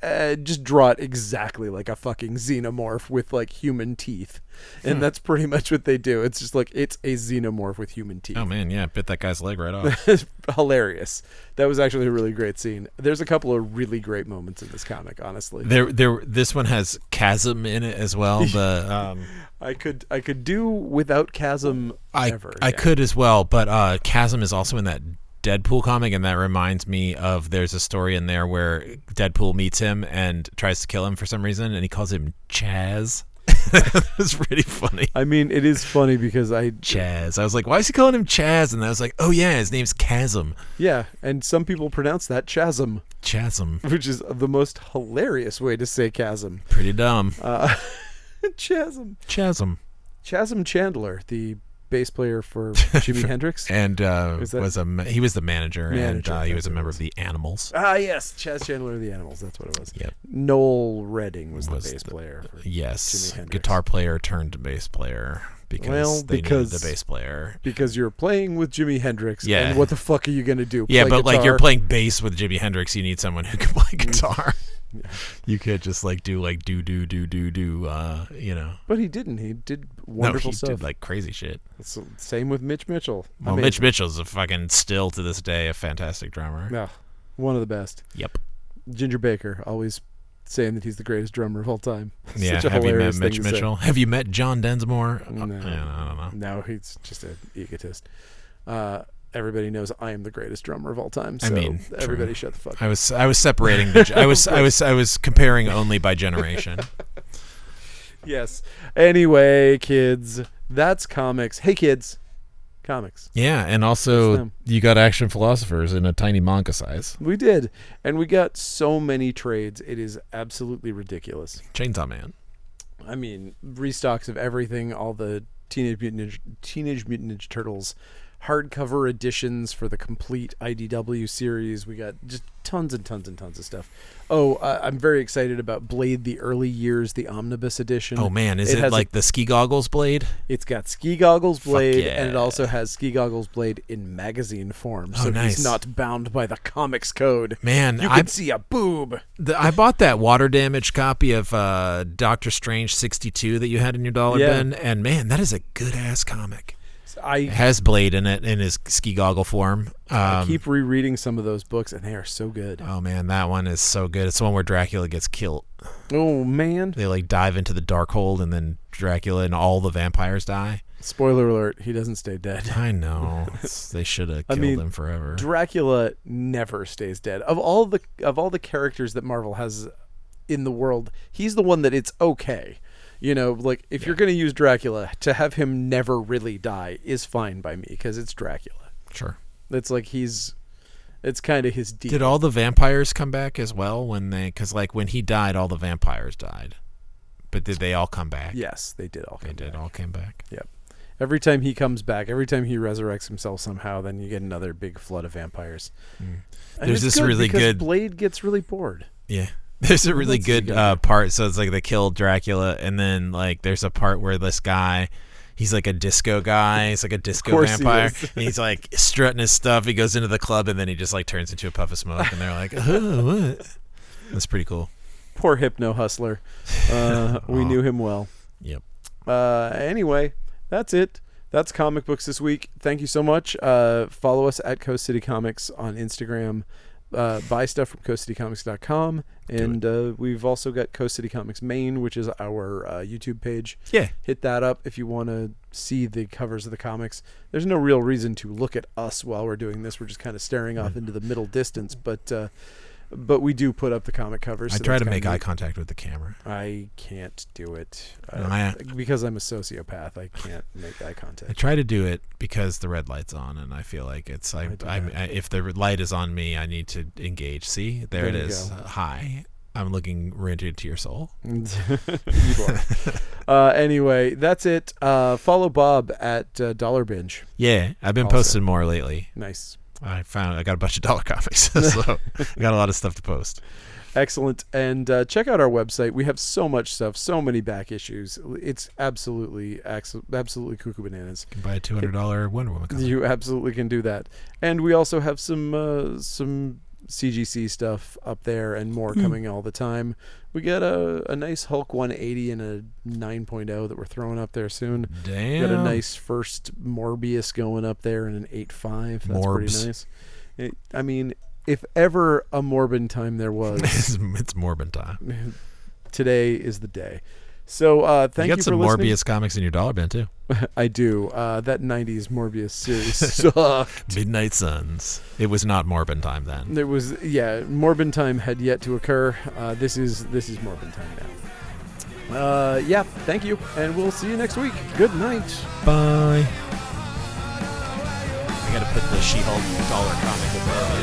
Speaker 1: uh, just draw it exactly like a fucking xenomorph with like human teeth, and that's pretty much what they do. It's just like it's a xenomorph with human teeth
Speaker 2: Oh man, yeah, bit that guy's leg right off.
Speaker 1: hilarious. That was actually a really great scene. There's a couple of really great moments in this comic, honestly.
Speaker 2: there, there. This one has chasm in it as well. The um,
Speaker 1: I could I could do without Chasm
Speaker 2: I,
Speaker 1: ever.
Speaker 2: I
Speaker 1: again.
Speaker 2: could as well, but uh, Chasm is also in that Deadpool comic, and that reminds me of there's a story in there where Deadpool meets him and tries to kill him for some reason, and he calls him Chaz. That's pretty funny.
Speaker 1: I mean, it is funny because I
Speaker 2: Chaz. I was like, why is he calling him Chaz? And I was like, oh yeah, his name's Chasm.
Speaker 1: yeah, and some people pronounce that Chasm,
Speaker 2: Chasm.
Speaker 1: which is the most hilarious way to say chasm.
Speaker 2: Pretty dumb.
Speaker 1: Uh, chasm.
Speaker 2: Chasm.
Speaker 1: Chasm Chandler, the bass player for Jimi Hendrix.
Speaker 2: And uh,
Speaker 1: Is that-
Speaker 2: was a ma- he was the manager,
Speaker 1: Manager,
Speaker 2: and uh, he was
Speaker 1: that's what
Speaker 2: a
Speaker 1: it
Speaker 2: member
Speaker 1: was.
Speaker 2: of the Animals.
Speaker 1: Ah, yes, Chaz Chandler of the Animals. That's what it was.
Speaker 2: Yep.
Speaker 1: Noel Redding was,
Speaker 2: Was
Speaker 1: the bass
Speaker 2: the-
Speaker 1: player. For, Jimi
Speaker 2: Yes,
Speaker 1: Hendrix.
Speaker 2: guitar player turned bass player because
Speaker 1: Well,
Speaker 2: they
Speaker 1: because-
Speaker 2: needed a bass player.
Speaker 1: because you're playing with Jimi Hendrix.
Speaker 2: Yeah.
Speaker 1: And what the fuck are you gonna do?
Speaker 2: Yeah,
Speaker 1: Play
Speaker 2: but like you're
Speaker 1: guitar? Mm.
Speaker 2: playing bass with Jimi Hendrix, you need someone who can play guitar. You can't just like do like do do do do do. Uh, you know,
Speaker 1: But he didn't. He did
Speaker 2: no,
Speaker 1: wonderful
Speaker 2: he
Speaker 1: stuff.
Speaker 2: did like crazy shit.
Speaker 1: So, same with Mitch Mitchell.
Speaker 2: Well,
Speaker 1: Amazing.
Speaker 2: Mitch Mitchell's a fucking still to this day a fantastic drummer.
Speaker 1: Yeah, one of the best.
Speaker 2: Yep.
Speaker 1: Ginger Baker always saying that he's the greatest drummer of all time.
Speaker 2: Yeah.
Speaker 1: Such a
Speaker 2: Have you met
Speaker 1: hilarious
Speaker 2: Mitch
Speaker 1: thing to say.
Speaker 2: Mitchell? Have you met John Densmore? Uh,
Speaker 1: No.
Speaker 2: yeah, I don't know.
Speaker 1: No, he's just an egotist. Uh, everybody knows I am the greatest drummer of all time. So
Speaker 2: mean,
Speaker 1: everybody
Speaker 2: true.
Speaker 1: shut the fuck
Speaker 2: I
Speaker 1: up.
Speaker 2: was I was separating. The, ge- I was I was I was comparing only by generation.
Speaker 1: Yes. Anyway, kids, that's comics. Hey, kids, comics.
Speaker 2: Yeah, and
Speaker 1: That's
Speaker 2: also
Speaker 1: them.
Speaker 2: you got action philosophers in a tiny manga size.
Speaker 1: We did. And we got so many trades. It is absolutely ridiculous.
Speaker 2: Chainsaw Man.
Speaker 1: I mean, restocks of everything, all the Teenage Mutant Ninja, Teenage Mutant Ninja Turtles hardcover editions for the complete IDW series. We got just tons and tons and tons of stuff. Oh, I I'm very excited about Blade: The Early Years, the omnibus edition.
Speaker 2: Oh man, is it,
Speaker 1: Mm. has a-
Speaker 2: like the ski goggles blade?
Speaker 1: it's got ski goggles blade,
Speaker 2: yeah.
Speaker 1: and it also has ski goggles blade in magazine form. so
Speaker 2: Oh, nice.
Speaker 1: he's not bound by the comics code.
Speaker 2: Man,
Speaker 1: you
Speaker 2: I-
Speaker 1: can see a boob.
Speaker 2: The, I bought that water damaged copy of uh, Doctor Strange sixty two that you had in your dollar
Speaker 1: Yeah.
Speaker 2: bin, and man, that is a good ass comic. It
Speaker 1: I
Speaker 2: has Blade in it in his ski goggle form.
Speaker 1: I
Speaker 2: Um,
Speaker 1: keep rereading some of those books, and they are so good.
Speaker 2: oh man, that one is so good. It's the one where Dracula gets killed.
Speaker 1: Oh man!
Speaker 2: They like dive into the dark hold, and then Dracula and all the vampires die.
Speaker 1: Spoiler alert: He doesn't stay dead.
Speaker 2: I know It's- they should have
Speaker 1: I
Speaker 2: killed
Speaker 1: mean,
Speaker 2: him forever.
Speaker 1: Dracula never stays dead. Of all the of all the characters that Marvel has in the world, he's the one that it's okay. You know, like if you're going to use Dracula, to have him never really die is fine by me because it's Dracula.
Speaker 2: sure.
Speaker 1: It's like he's, it's kind of his deal.
Speaker 2: Did all the vampires come back as well when they? Because like when he died, all the vampires died. But did they all come back?
Speaker 1: yes, they did all.
Speaker 2: they
Speaker 1: come
Speaker 2: did.
Speaker 1: back.
Speaker 2: All came back.
Speaker 1: Yep. Every time he comes back, every time he resurrects himself somehow, then you get another big flood of vampires. And
Speaker 2: Mm. There's
Speaker 1: it's
Speaker 2: this really
Speaker 1: because
Speaker 2: good-
Speaker 1: Blade gets really bored.
Speaker 2: Yeah. There's a really
Speaker 1: that's
Speaker 2: good
Speaker 1: good.
Speaker 2: uh, part. So it's like they kill Dracula, and then like there's a part where this guy, he's like a disco guy. He's like a disco
Speaker 1: course he
Speaker 2: vampire.
Speaker 1: is.
Speaker 2: and he's like strutting his stuff. He goes into the club, and then he just like turns into a puff of smoke. And they're like, oh, what? That's pretty cool.
Speaker 1: Poor hypno hustler. Uh, we
Speaker 2: Aw.
Speaker 1: knew him well.
Speaker 2: Yep.
Speaker 1: Uh, anyway, that's it. That's comic books this week. Thank you so much. Uh, follow us at Coast City Comics on Instagram. Uh, buy stuff from coastcitycomics.com. And uh, we've also got Coast City Comics Maine, which is our uh, YouTube page.
Speaker 2: Yeah.
Speaker 1: Hit that up if you want to see the covers of the comics. There's no real reason to look at us while we're doing this. We're just kind of staring off into the middle distance. But uh, but we do put up the comic covers.
Speaker 2: I
Speaker 1: so
Speaker 2: try
Speaker 1: that's
Speaker 2: to
Speaker 1: kinda
Speaker 2: make
Speaker 1: neat.
Speaker 2: eye contact with the camera.
Speaker 1: I can't do it I,
Speaker 2: No, I-
Speaker 1: because I'm a sociopath. I can't make eye
Speaker 2: I
Speaker 1: contact.
Speaker 2: try to do it because the red light's on, and I feel like it's I,
Speaker 1: do
Speaker 2: I, I, if the red light is on me, I need to engage. See, there,
Speaker 1: There
Speaker 2: it
Speaker 1: you
Speaker 2: is.
Speaker 1: go.
Speaker 2: Hi, I'm looking right into your soul.
Speaker 1: You are. uh, anyway, that's it. Uh, follow Bob at uh, Dollar Binge.
Speaker 2: Yeah, I've been
Speaker 1: Also.
Speaker 2: posting more lately.
Speaker 1: Nice,
Speaker 2: I found I got a bunch of dollar comics, so I got a lot of stuff to post.
Speaker 1: excellent. And uh, check out our website. We have so much stuff, so many back issues. It's absolutely, ex- absolutely cuckoo bananas.
Speaker 2: You can buy a two hundred dollar Wonder Woman comic.
Speaker 1: You absolutely can do that. And we also have some uh, some CGC stuff up there and more
Speaker 2: Mm.
Speaker 1: coming all the time. We got a, a nice Hulk 180 and a 9.0 that we're throwing up there soon. We
Speaker 2: Damn,
Speaker 1: got a nice first Morbius going up there and an 8.5. That's
Speaker 2: Morbs.
Speaker 1: pretty nice. It, I mean, if ever a Morbin time there was,
Speaker 2: it's, it's Morbin time.
Speaker 1: today is the day. So uh, thank
Speaker 2: you
Speaker 1: you,
Speaker 2: got some
Speaker 1: for listening.
Speaker 2: Morbius comics in your dollar bin too.
Speaker 1: I do. Uh, that 90s Morbius series sucked.
Speaker 2: Midnight Suns. It was not Morbin time then.
Speaker 1: There was yeah, Morbin time had yet to occur. Uh, this is this is Morbin time now. Uh, yeah, thank you, and we'll see you next week. Good night.
Speaker 2: Bye. I gotta put the She-Hulk dollar comic above.